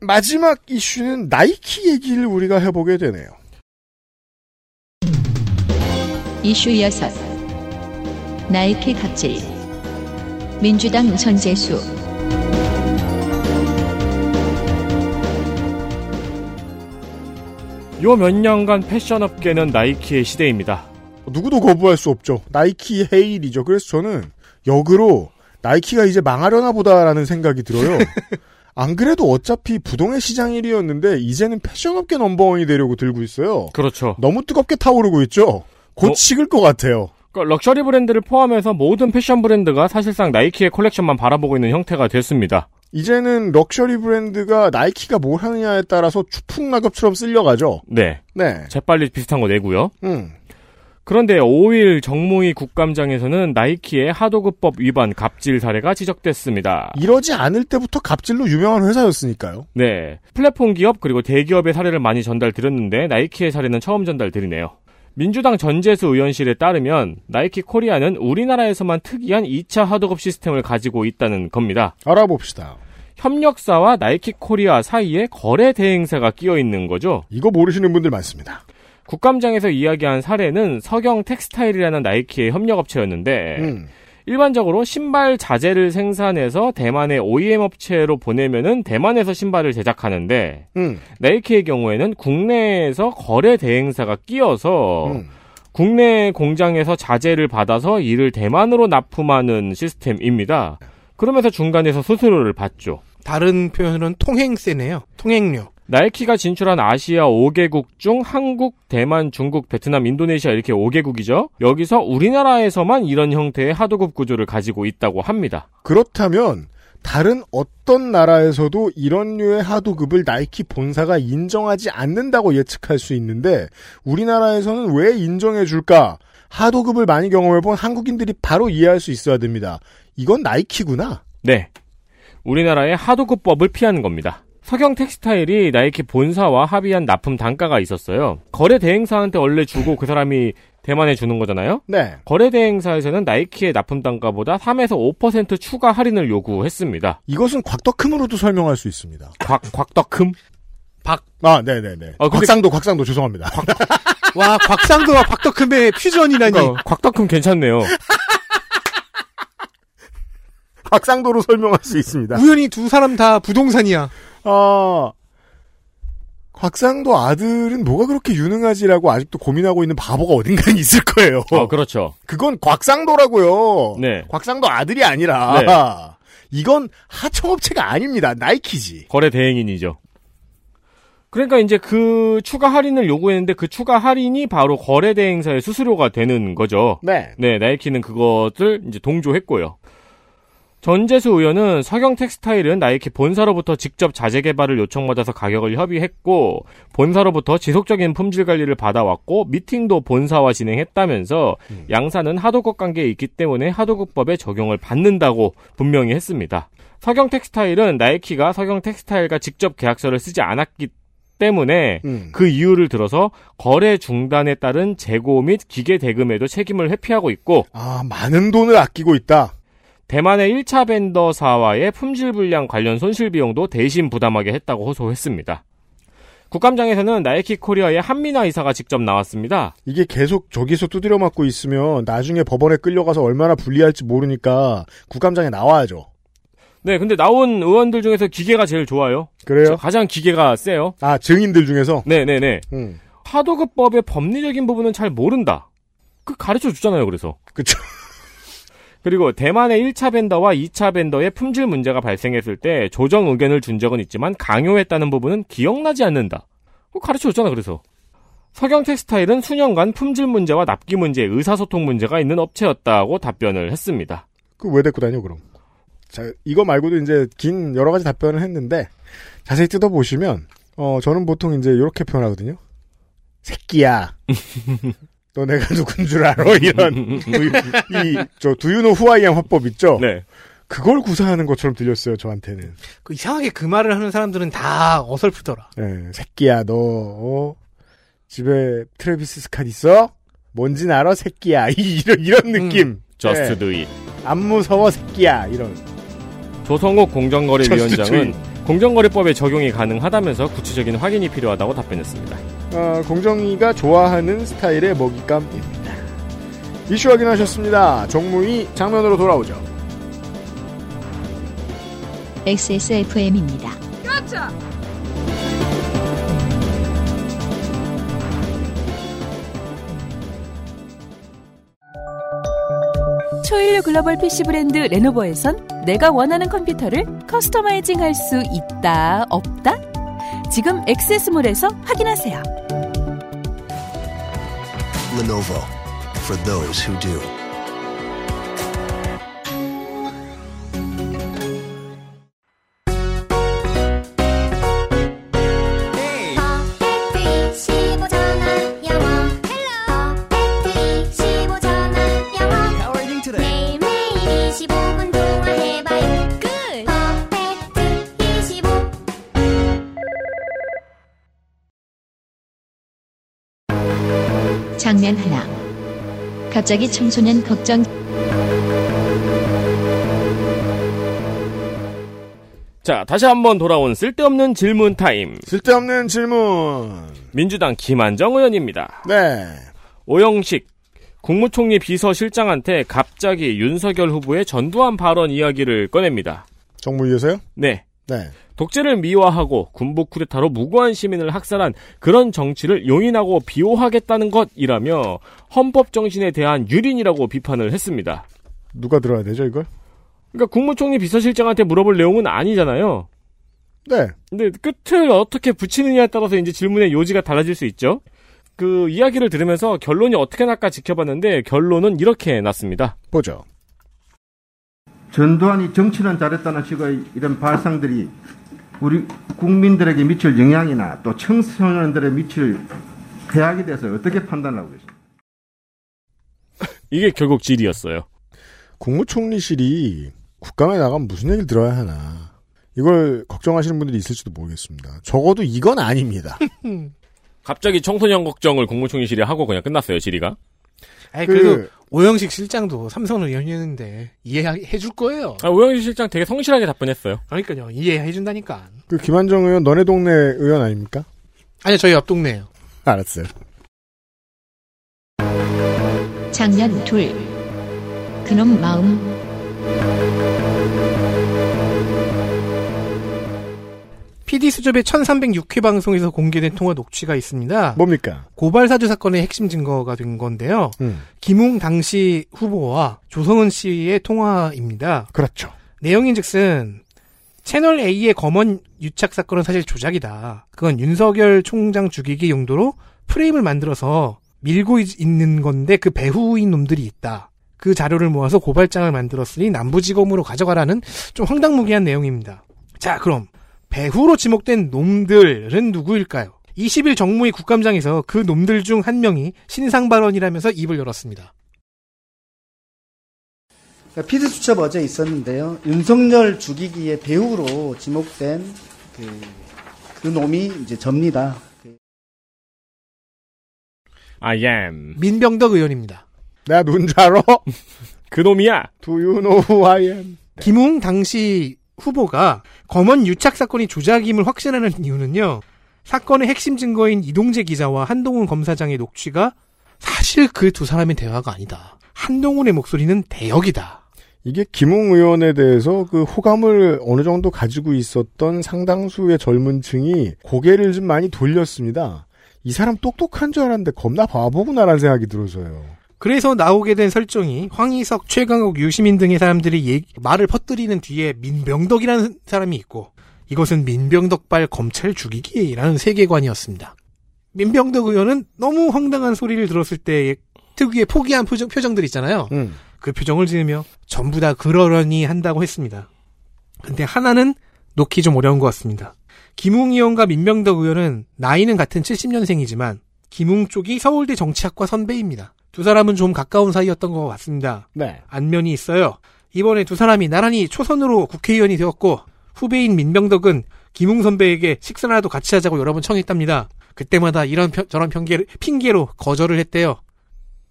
Speaker 3: 마지막 이슈는 나이키 얘기를 우리가 해보게 되네요.
Speaker 1: 이슈 6 나이키 갑질 민주당 전재수
Speaker 2: 요 몇 년간 패션업계는 나이키의 시대입니다.
Speaker 3: 누구도 거부할 수 없죠. 나이키 헤일이죠. 그래서 저는 역으로 나이키가 이제 망하려나 보다라는 생각이 들어요. 안 그래도 어차피 부동의 시장 1위였는데 이제는 패션업계 넘버원이 되려고 들고 있어요.
Speaker 2: 그렇죠.
Speaker 3: 너무 뜨겁게 타오르고 있죠. 곧
Speaker 2: 어?
Speaker 3: 식을 것 같아요.
Speaker 2: 그러니까 럭셔리 브랜드를 포함해서 모든 패션 브랜드가 사실상 나이키의 컬렉션만 바라보고 있는 형태가 됐습니다.
Speaker 3: 이제는 럭셔리 브랜드가 나이키가 뭘 하느냐에 따라서 추풍낙엽처럼 쓸려가죠.
Speaker 2: 네.
Speaker 3: 네.
Speaker 2: 재빨리 비슷한 거 내고요.
Speaker 3: 음.
Speaker 2: 그런데 5일 정무위 국감장에서는 나이키의 하도급법 위반 갑질 사례가 지적됐습니다.
Speaker 3: 이러지 않을 때부터 갑질로 유명한 회사였으니까요.
Speaker 2: 네. 플랫폼 기업 그리고 대기업의 사례를 많이 전달드렸는데 나이키의 사례는 처음 전달드리네요. 민주당 전재수 의원실에 따르면 나이키 코리아는 우리나라에서만 특이한 2차 하도급 시스템을 가지고 있다는 겁니다.
Speaker 3: 알아봅시다.
Speaker 2: 협력사와 나이키 코리아 사이에 거래 대행사가 끼어 있는 거죠.
Speaker 3: 이거 모르시는 분들 많습니다.
Speaker 2: 국감장에서 이야기한 사례는 서경 텍스타일이라는 나이키의 협력업체였는데
Speaker 3: 음.
Speaker 2: 일반적으로 신발 자재를 생산해서 대만의 OEM 업체로 보내면은 대만에서 신발을 제작하는데
Speaker 3: 음.
Speaker 2: 나이키의 경우에는 국내에서 거래 대행사가 끼어서
Speaker 3: 음.
Speaker 2: 국내 공장에서 자재를 받아서 이를 대만으로 납품하는 시스템입니다. 그러면서 중간에서 수수료를 받죠.
Speaker 4: 다른 표현으로는 통행세네요. 통행료.
Speaker 2: 나이키가 진출한 아시아 5개국 중 한국, 대만, 중국, 베트남, 인도네시아 이렇게 5개국이죠. 여기서 우리나라에서만 이런 형태의 하도급 구조를 가지고 있다고 합니다.
Speaker 3: 그렇다면 다른 어떤 나라에서도 이런 류의 하도급을 나이키 본사가 인정하지 않는다고 예측할 수 있는데 우리나라에서는 왜 인정해 줄까? 하도급을 많이 경험해 본 한국인들이 바로 이해할 수 있어야 됩니다. 이건 나이키구나.
Speaker 2: 네. 우리나라의 하도급법을 피하는 겁니다. 서경 텍스타일이 나이키 본사와 합의한 납품 단가가 있었어요. 거래 대행사한테 원래 주고 그 사람이 대만에 주는 거잖아요.
Speaker 3: 네.
Speaker 2: 거래 대행사에서는 나이키의 납품 단가보다 3에서 5% 추가 할인을 요구했습니다.
Speaker 3: 이것은 곽덕흠으로도 설명할 수 있습니다.
Speaker 2: 곽 곽덕흠
Speaker 3: 아, 네, 네, 네.
Speaker 2: 아, 근데-
Speaker 3: 곽상도, 곽상도 죄송합니다.
Speaker 4: 와, 곽상도와 곽덕흠의 퓨전이라니.
Speaker 2: 그러니까 곽덕흠 괜찮네요.
Speaker 3: 곽상도로 설명할 수 있습니다.
Speaker 4: 우연히 두 사람 다 부동산이야.
Speaker 3: 아, 곽상도 아들은 뭐가 그렇게 유능하지라고 아직도 고민하고 있는 바보가 어딘가에 있을 거예요.
Speaker 2: 어, 그렇죠.
Speaker 3: 그건 곽상도라고요.
Speaker 2: 네.
Speaker 3: 곽상도 아들이 아니라 이건 하청업체가 아닙니다. 나이키지.
Speaker 2: 거래 대행인이죠. 그러니까 이제 그 추가 할인을 요구했는데 그 추가 할인이 바로 거래 대행사의 수수료가 되는 거죠.
Speaker 3: 네.
Speaker 2: 네, 나이키는 그것을 이제 동조했고요. 전재수 의원은 서경 텍스타일은 나이키 본사로부터 직접 자재 개발을 요청받아서 가격을 협의했고 본사로부터 지속적인 품질 관리를 받아왔고 미팅도 본사와 진행했다면서 양사는 하도급 관계에 있기 때문에 하도급법의 적용을 받는다고 분명히 했습니다. 서경 텍스타일은 나이키가 서경 텍스타일과 직접 계약서를 쓰지 않았기 때문에
Speaker 3: 음.
Speaker 2: 그 이유를 들어서 거래 중단에 따른 재고 및 기계 대금에도 책임을 회피하고 있고
Speaker 3: 아, 많은 돈을 아끼고 있다.
Speaker 2: 대만의 1차 벤더사와의 품질 불량 관련 손실 비용도 대신 부담하게 했다고 호소했습니다. 국감장에서는 나이키 코리아의 한민아 이사가 직접 나왔습니다.
Speaker 3: 이게 계속 저기서 두드려 맞고 있으면 나중에 법원에 끌려가서 얼마나 불리할지 모르니까 국감장에 나와야죠.
Speaker 2: 네, 근데 나온 의원들 중에서 기계가 제일 좋아요.
Speaker 3: 그래요?
Speaker 2: 가장 기계가 세요.
Speaker 3: 아, 증인들 중에서.
Speaker 2: 네, 네, 네.
Speaker 3: 음.
Speaker 2: 하도급법의 법리적인 부분은 잘 모른다. 그 가르쳐 주잖아요, 그래서.
Speaker 3: 그쵸.
Speaker 2: 그리고 대만의 1차 벤더와 2차 벤더의 품질 문제가 발생했을 때 조정 의견을 준 적은 있지만 강요했다는 부분은 기억나지 않는다. 그거 가르쳐 줬잖아, 그래서. 서경 텍스타일은 수년간 품질 문제와 납기 문제, 의사소통 문제가 있는 업체였다고 답변을 했습니다.
Speaker 3: 그 왜 데리고 다녀 그럼? 자 이거 말고도 이제 긴 여러 가지 답변을 했는데 자세히 뜯어 보시면 어 저는 보통 이제 이렇게 표현하거든요. 새끼야. 너 내가 누군 줄 알아? 이런 이저 두유노 후아이안 화법 있죠.
Speaker 2: 네.
Speaker 3: 그걸 구사하는 것처럼 들렸어요 저한테는.
Speaker 4: 그 이상하게 그 말을 하는 사람들은 다 어설프더라.
Speaker 3: 예, 새끼야 너 어? 집에 트래비스 스캇 있어? 뭔진 알아 새끼야 이런 이런 느낌.
Speaker 2: Just
Speaker 3: 네.
Speaker 2: do it.
Speaker 3: 안 무서워 새끼야 이런.
Speaker 2: 조성욱 공정거래위원장은
Speaker 3: 저스트
Speaker 2: 공정거래법의 적용이 가능하다면서 구체적인 확인이 필요하다고 답변했습니다.
Speaker 3: 어, 공정위가 좋아하는 스타일의 먹잇감입니다. 이슈 확인하셨습니다. 정무위 장면으로 돌아오죠.
Speaker 1: XSFM입니다.
Speaker 5: 초일류 글로벌 PC 브랜드 레노버에선 내가 원하는 컴퓨터를 커스터마이징 할 수 있다, 없다? 지금 액세스몰에서 확인하세요.
Speaker 6: Lenovo for those who do.
Speaker 1: 장면 하나. 갑자기 청소년 걱정
Speaker 2: 자, 다시 한번 돌아온 쓸데없는 질문 타임.
Speaker 3: 쓸데없는 질문.
Speaker 2: 민주당 김한정 의원입니다.
Speaker 3: 네.
Speaker 2: 오영식 국무총리 비서실장한테 갑자기 윤석열 후보의 전두환 발언 이야기를 꺼냅니다.
Speaker 3: 정무위에서요?
Speaker 2: 네.
Speaker 3: 네.
Speaker 2: 독재를 미화하고 군복 쿠데타로 무고한 시민을 학살한 그런 정치를 용인하고 비호하겠다는 것이라며 헌법 정신에 대한 유린이라고 비판을 했습니다.
Speaker 3: 누가 들어야 되죠 이걸?
Speaker 2: 그러니까 국무총리 비서실장한테 물어볼 내용은 아니잖아요.
Speaker 3: 네.
Speaker 2: 근데 끝을 어떻게 붙이느냐에 따라서 이제 질문의 요지가 달라질 수 있죠. 그 이야기를 들으면서 결론이 어떻게 날까 지켜봤는데 결론은 이렇게 났습니다.
Speaker 3: 보죠.
Speaker 9: 전두환이 정치는 잘했다는 식의 이런 발상들이 우리 국민들에게 미칠 영향이나 또 청소년들의 미칠 폐악에 대해서 어떻게 판단하고 계십니까?
Speaker 2: 이게 결국 질이었어요.
Speaker 3: 국무총리실이 국감에 나가면 무슨 얘기를 들어야 하나. 이걸 걱정하시는 분들이 있을지도 모르겠습니다. 적어도 이건 아닙니다.
Speaker 2: 갑자기 청소년 걱정을 국무총리실이 하고 그냥 끝났어요, 질의가.
Speaker 4: 아니,
Speaker 3: 그-
Speaker 4: 그래도 오영식 실장도 삼성 의원이었는데 이해해 줄 거예요.
Speaker 2: 아, 오영일 실장 되게 성실하게 답변했어요.
Speaker 4: 그러니까요. 이해해 준다니까.
Speaker 3: 그 김한정 의원 너네 동네 의원 아닙니까?
Speaker 4: 아니, 저희 옆 동네예요.
Speaker 3: 알았어요.
Speaker 1: 장면 둘. 그놈 마음
Speaker 4: PD 수첩의 1306회 방송에서 공개된 통화 녹취가 있습니다.
Speaker 3: 뭡니까?
Speaker 4: 고발 사주 사건의 핵심 증거가 된 건데요.
Speaker 3: 음.
Speaker 4: 김웅 당시 후보와 조성은 씨의 통화입니다.
Speaker 3: 그렇죠.
Speaker 4: 내용인즉슨 채널 A의 검언 유착 사건은 사실 조작이다. 그건 윤석열 총장 죽이기 용도로 프레임을 만들어서 밀고 있- 있는 건데 그 배후인 놈들이 있다. 그 자료를 모아서 고발장을 만들었으니 남부지검으로 가져가라는 좀 황당무계한 내용입니다. 자, 그럼 배후로 지목된 놈들은 누구일까요? 20일 정무위 국감장에서 그 놈들 중 한 명이 신상 발언이라면서 입을 열었습니다.
Speaker 10: 그러니까 피드 수첩 어제 있었는데요. 윤석열 죽이기의 배우로 지목된 그, 그 놈이 이제 접니다.
Speaker 2: I am.
Speaker 4: 민병덕 의원입니다.
Speaker 3: 내가 누군지 알아?
Speaker 2: 그놈이야!
Speaker 3: Do you know who I am?
Speaker 4: 네. 김웅 당시 후보가 검언 유착 사건이 조작임을 확신하는 이유는요. 사건의 핵심 증거인 이동재 기자와 한동훈 검사장의 녹취가 사실 그 두 사람의 대화가 아니다. 한동훈의 목소리는 대역이다.
Speaker 3: 이게 김웅 의원에 대해서 그 호감을 어느 정도 가지고 있었던 상당수의 젊은 층이 고개를 좀 많이 돌렸습니다. 이 사람 똑똑한 줄 알았는데 겁나 바보구나라는 생각이 들어서요.
Speaker 4: 그래서 나오게 된 설정이 황희석, 최강욱, 유시민 등의 사람들이 얘기- 말을 퍼뜨리는 뒤에 민병덕이라는 사람이 있고 이것은 민병덕발 검찰 죽이기라는 세계관이었습니다. 민병덕 의원은 너무 황당한 소리를 들었을 때의 특유의 포기한 표정, 표정들 있잖아요.
Speaker 3: 음.
Speaker 4: 그 표정을 지으며 전부 다 그러려니 한다고 했습니다. 근데 하나는 놓기 좀 어려운 것 같습니다. 김웅 의원과 민명덕 의원은 나이는 같은 70년생이지만 김웅 쪽이 서울대 정치학과 선배입니다. 두 사람은 좀 가까운 사이였던 것 같습니다.
Speaker 3: 네.
Speaker 4: 안면이 있어요. 이번에 두 사람이 나란히 초선으로 국회의원이 되었고 후배인 민병덕은 김웅 선배에게 식사라도 같이 하자고 여러 번 청했답니다. 그때마다 이런 편- 저런 핑계로, 핑계로 거절을 했대요.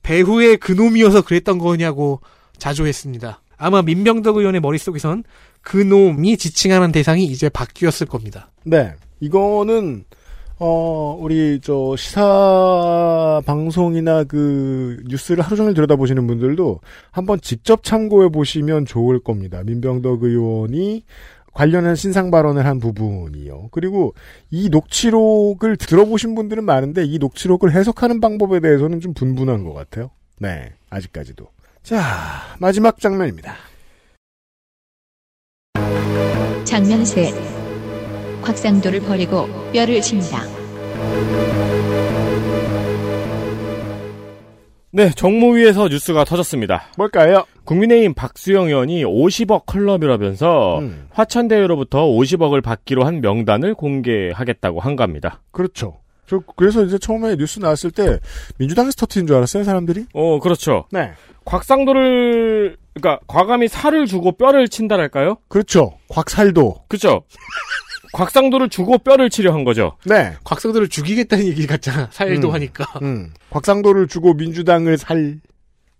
Speaker 4: 배후의 그놈이어서 그랬던 거냐고 자조했습니다. 아마 민병덕 의원의 머릿속에선 그놈이 지칭하는 대상이 이제 바뀌었을 겁니다.
Speaker 3: 네. 이거는 어 우리 저 시사 방송이나 그 뉴스를 하루 종일 들여다보시는 분들도 한번 직접 참고해 보시면 좋을 겁니다. 민병덕 의원이 관련한 신상 발언을 한 부분이요. 그리고 이 녹취록을 들어보신 분들은 많은데 이 녹취록을 해석하는 방법에 대해서는 좀 분분한 것 같아요. 네, 아직까지도. 자, 마지막 장면입니다.
Speaker 1: 장면 셋. 곽상도를 버리고 뼈를 친다.
Speaker 2: 네, 정무위에서 뉴스가 터졌습니다.
Speaker 3: 뭘까요?
Speaker 2: 국민의힘 박수영 의원이 50억 클럽이라면서
Speaker 3: 음.
Speaker 2: 화천대유로부터 50억을 받기로 한 명단을 공개하겠다고 한 겁니다.
Speaker 3: 그렇죠. 저 그래서 이제 처음에 뉴스 나왔을 때 민주당에서 터트린 줄 알았어요, 사람들이.
Speaker 2: 어, 그렇죠.
Speaker 3: 네.
Speaker 2: 곽상도를 그러니까 과감히 살을 주고 뼈를 친다랄까요?
Speaker 3: 그렇죠. 곽살도.
Speaker 2: 그죠? 곽상도를 주고 뼈를 치려 한 거죠.
Speaker 3: 네.
Speaker 4: 곽상도를 죽이겠다는 얘기 같잖아. 사일도
Speaker 3: 음.
Speaker 4: 하니까.
Speaker 3: 음. 곽상도를 주고 민주당을 살.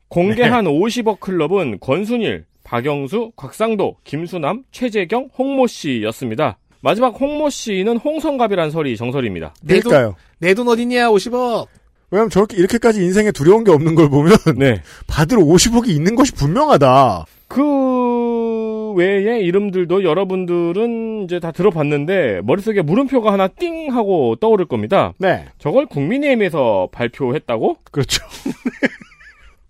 Speaker 2: 공개한 50억 클럽은 권순일, 박영수, 곽상도, 김수남, 최재경, 홍모 씨였습니다. 마지막 홍모 씨는 홍성갑이란 설이 정설입니다.
Speaker 4: 내 돈,
Speaker 3: 그러니까요.
Speaker 4: 내 돈 어딨냐, 50억.
Speaker 3: 왜냐면 저렇게 이렇게까지 인생에 두려운 게 없는 걸 보면
Speaker 2: 네.
Speaker 3: 받을 50억이 있는 것이 분명하다.
Speaker 2: 그 외의 이름들도 여러분들은 이제 다 들어봤는데 머릿속에 물음표가 하나 띵 하고 떠오를 겁니다.
Speaker 3: 네.
Speaker 2: 저걸 국민의힘에서 발표했다고?
Speaker 3: 그렇죠.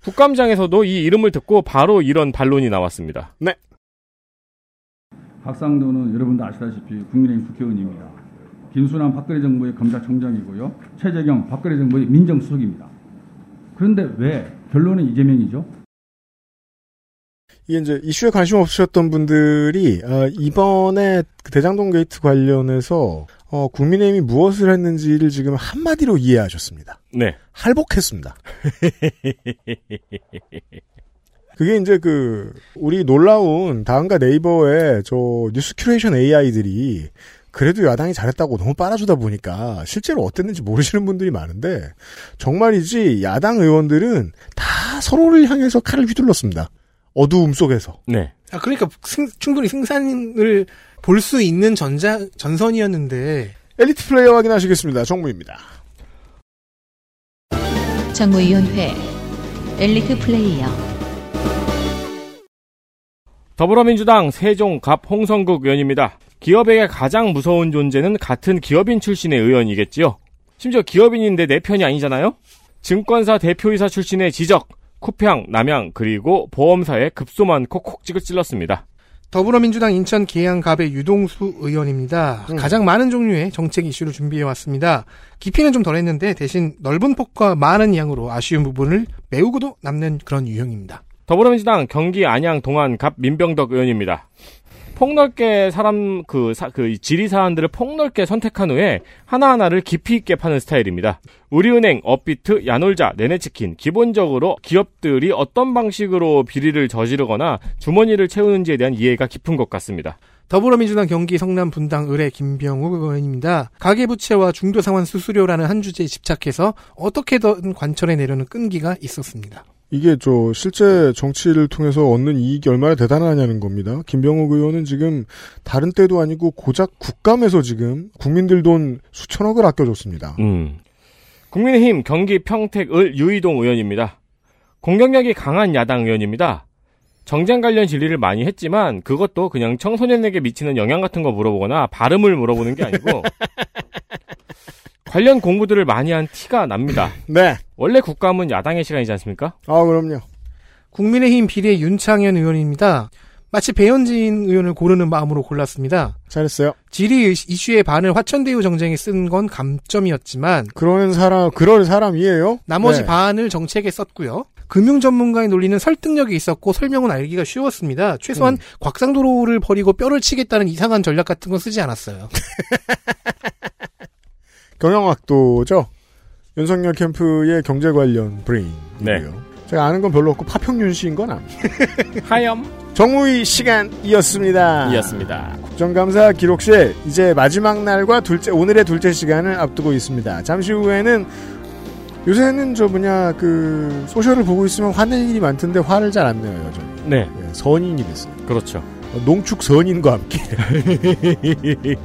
Speaker 2: 국감장에서도 이 이름을 듣고 바로 이런 반론이 나왔습니다.
Speaker 3: 네.
Speaker 11: 박상도는 여러분도 아시다시피 국민의힘 국회의원입니다. 김수남 박근혜 정부의 검찰총장이고요. 최재경 박근혜 정부의 민정수석입니다. 그런데 왜 결론은 이재명이죠?
Speaker 3: 이게 이제 이슈에 관심 없으셨던 분들이 어, 이번에 그 대장동 게이트 관련해서 어, 국민의힘이 무엇을 했는지를 지금 한마디로 이해하셨습니다.
Speaker 2: 네.
Speaker 3: 할복했습니다. 그게 이제 그 우리 놀라운 다음과 네이버의 저 뉴스 큐레이션 AI들이 그래도 야당이 잘했다고 너무 빨아주다 보니까 실제로 어땠는지 모르시는 분들이 많은데 정말이지 야당 의원들은 다 서로를 향해서 칼을 휘둘렀습니다. 어두움 속에서.
Speaker 2: 네.
Speaker 4: 아, 그러니까 승- 충분히 승산을 볼 수 있는 전자, 전선이었는데,
Speaker 3: 엘리트 플레이어 확인하시겠습니다. 정무입니다.
Speaker 1: 정무위원회 엘리트 플레이어
Speaker 2: 더불어민주당 세종갑 홍성국 의원입니다. 기업에게 가장 무서운 존재는 같은 기업인 출신의 의원이겠지요. 심지어 기업인인데 내 편이 아니잖아요? 증권사 대표이사 출신의 지적, 쿠평, 남양, 그리고 보험사의 급소 많고 콕찍을 찔렀습니다.
Speaker 4: 더불어민주당 인천 계양갑의 유동수 의원입니다. 가장 많은 종류의 정책 이슈를 준비해왔습니다. 깊이는 좀 덜했는데 대신 넓은 폭과 많은 양으로 아쉬운 부분을 메우고도 남는 그런 유형입니다.
Speaker 2: 더불어민주당 경기 안양 동안 갑 민병덕 의원입니다. 폭넓게 사람 그, 사, 그 질의 사안들을 폭넓게 선택한 후에 하나하나를 깊이 있게 파는 스타일입니다. 우리은행, 업비트, 야놀자, 내내치킨 기본적으로 기업들이 어떤 방식으로 비리를 저지르거나 주머니를 채우는지에 대한 이해가 깊은 것 같습니다.
Speaker 4: 더불어민주당 경기 성남 분당 의뢰 김병욱 의원입니다. 가계부채와 중도상환 수수료라는 한 주제에 집착해서 어떻게든 관철해 내려는 끈기가 있었습니다.
Speaker 3: 이게 저 실제 정치를 통해서 얻는 이익이 얼마나 대단하냐는 겁니다. 김병욱 의원은 지금 다른 때도 아니고 고작 국감에서 지금 국민들 돈 수천억을 아껴줬습니다.
Speaker 2: 음. 국민의힘 경기 평택을 유이동 의원입니다. 공격력이 강한 야당 의원입니다. 정쟁 관련 질의를 많이 했지만 그것도 그냥 청소년에게 미치는 영향 같은 거 물어보거나 발음을 물어보는 게 아니고 관련 공부들을 많이 한 티가 납니다.
Speaker 3: 네.
Speaker 2: 원래 국감은 야당의 시간이지 않습니까?
Speaker 3: 아 그럼요.
Speaker 4: 국민의힘 비례 윤창현 의원입니다. 마치 배현진 의원을 고르는 마음으로 골랐습니다.
Speaker 3: 잘했어요.
Speaker 4: 지리 이슈의 반을 화천대유 정쟁에 쓴 건 감점이었지만
Speaker 3: 그런 사람 그런 사람이에요.
Speaker 4: 나머지
Speaker 3: 네.
Speaker 4: 반을 정책에 썼고요. 금융 전문가의 논리는 설득력이 있었고 설명은 알기가 쉬웠습니다. 최소한 곽상도로를 버리고 뼈를 치겠다는 이상한 전략 같은 건 쓰지 않았어요.
Speaker 3: 경영학도죠. 윤석열 캠프의 경제 관련 브레인이고요. 제가 아는 건 별로 없고 파평윤 씨인 건 압니다.
Speaker 2: 하염이었습니다.
Speaker 3: 정우희 시간이었습니다. 국정감사 기록실 이제 마지막 날과 둘째 오늘의 둘째 시간을 앞두고 있습니다. 잠시 후에는 요새는 저 뭐냐 그 소셜을 보고 있으면 화낼 일이 많던데 화를 잘 안 내요 요즘.
Speaker 2: 네.
Speaker 3: 선인이 됐어요.
Speaker 2: 그렇죠.
Speaker 3: 어, 농축 선인과 함께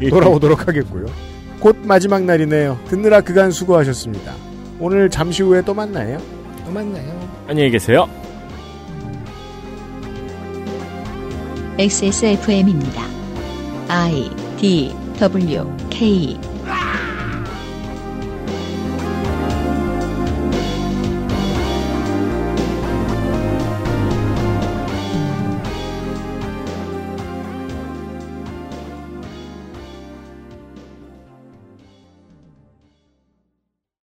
Speaker 3: 돌아오도록 하겠고요. 곧 마지막 날이네요. 듣느라 그간 수고하셨습니다. 오늘 잠시 후에 또 만나요.
Speaker 4: 또 만나요.
Speaker 2: 안녕히 계세요.
Speaker 1: XSFM입니다. I D W K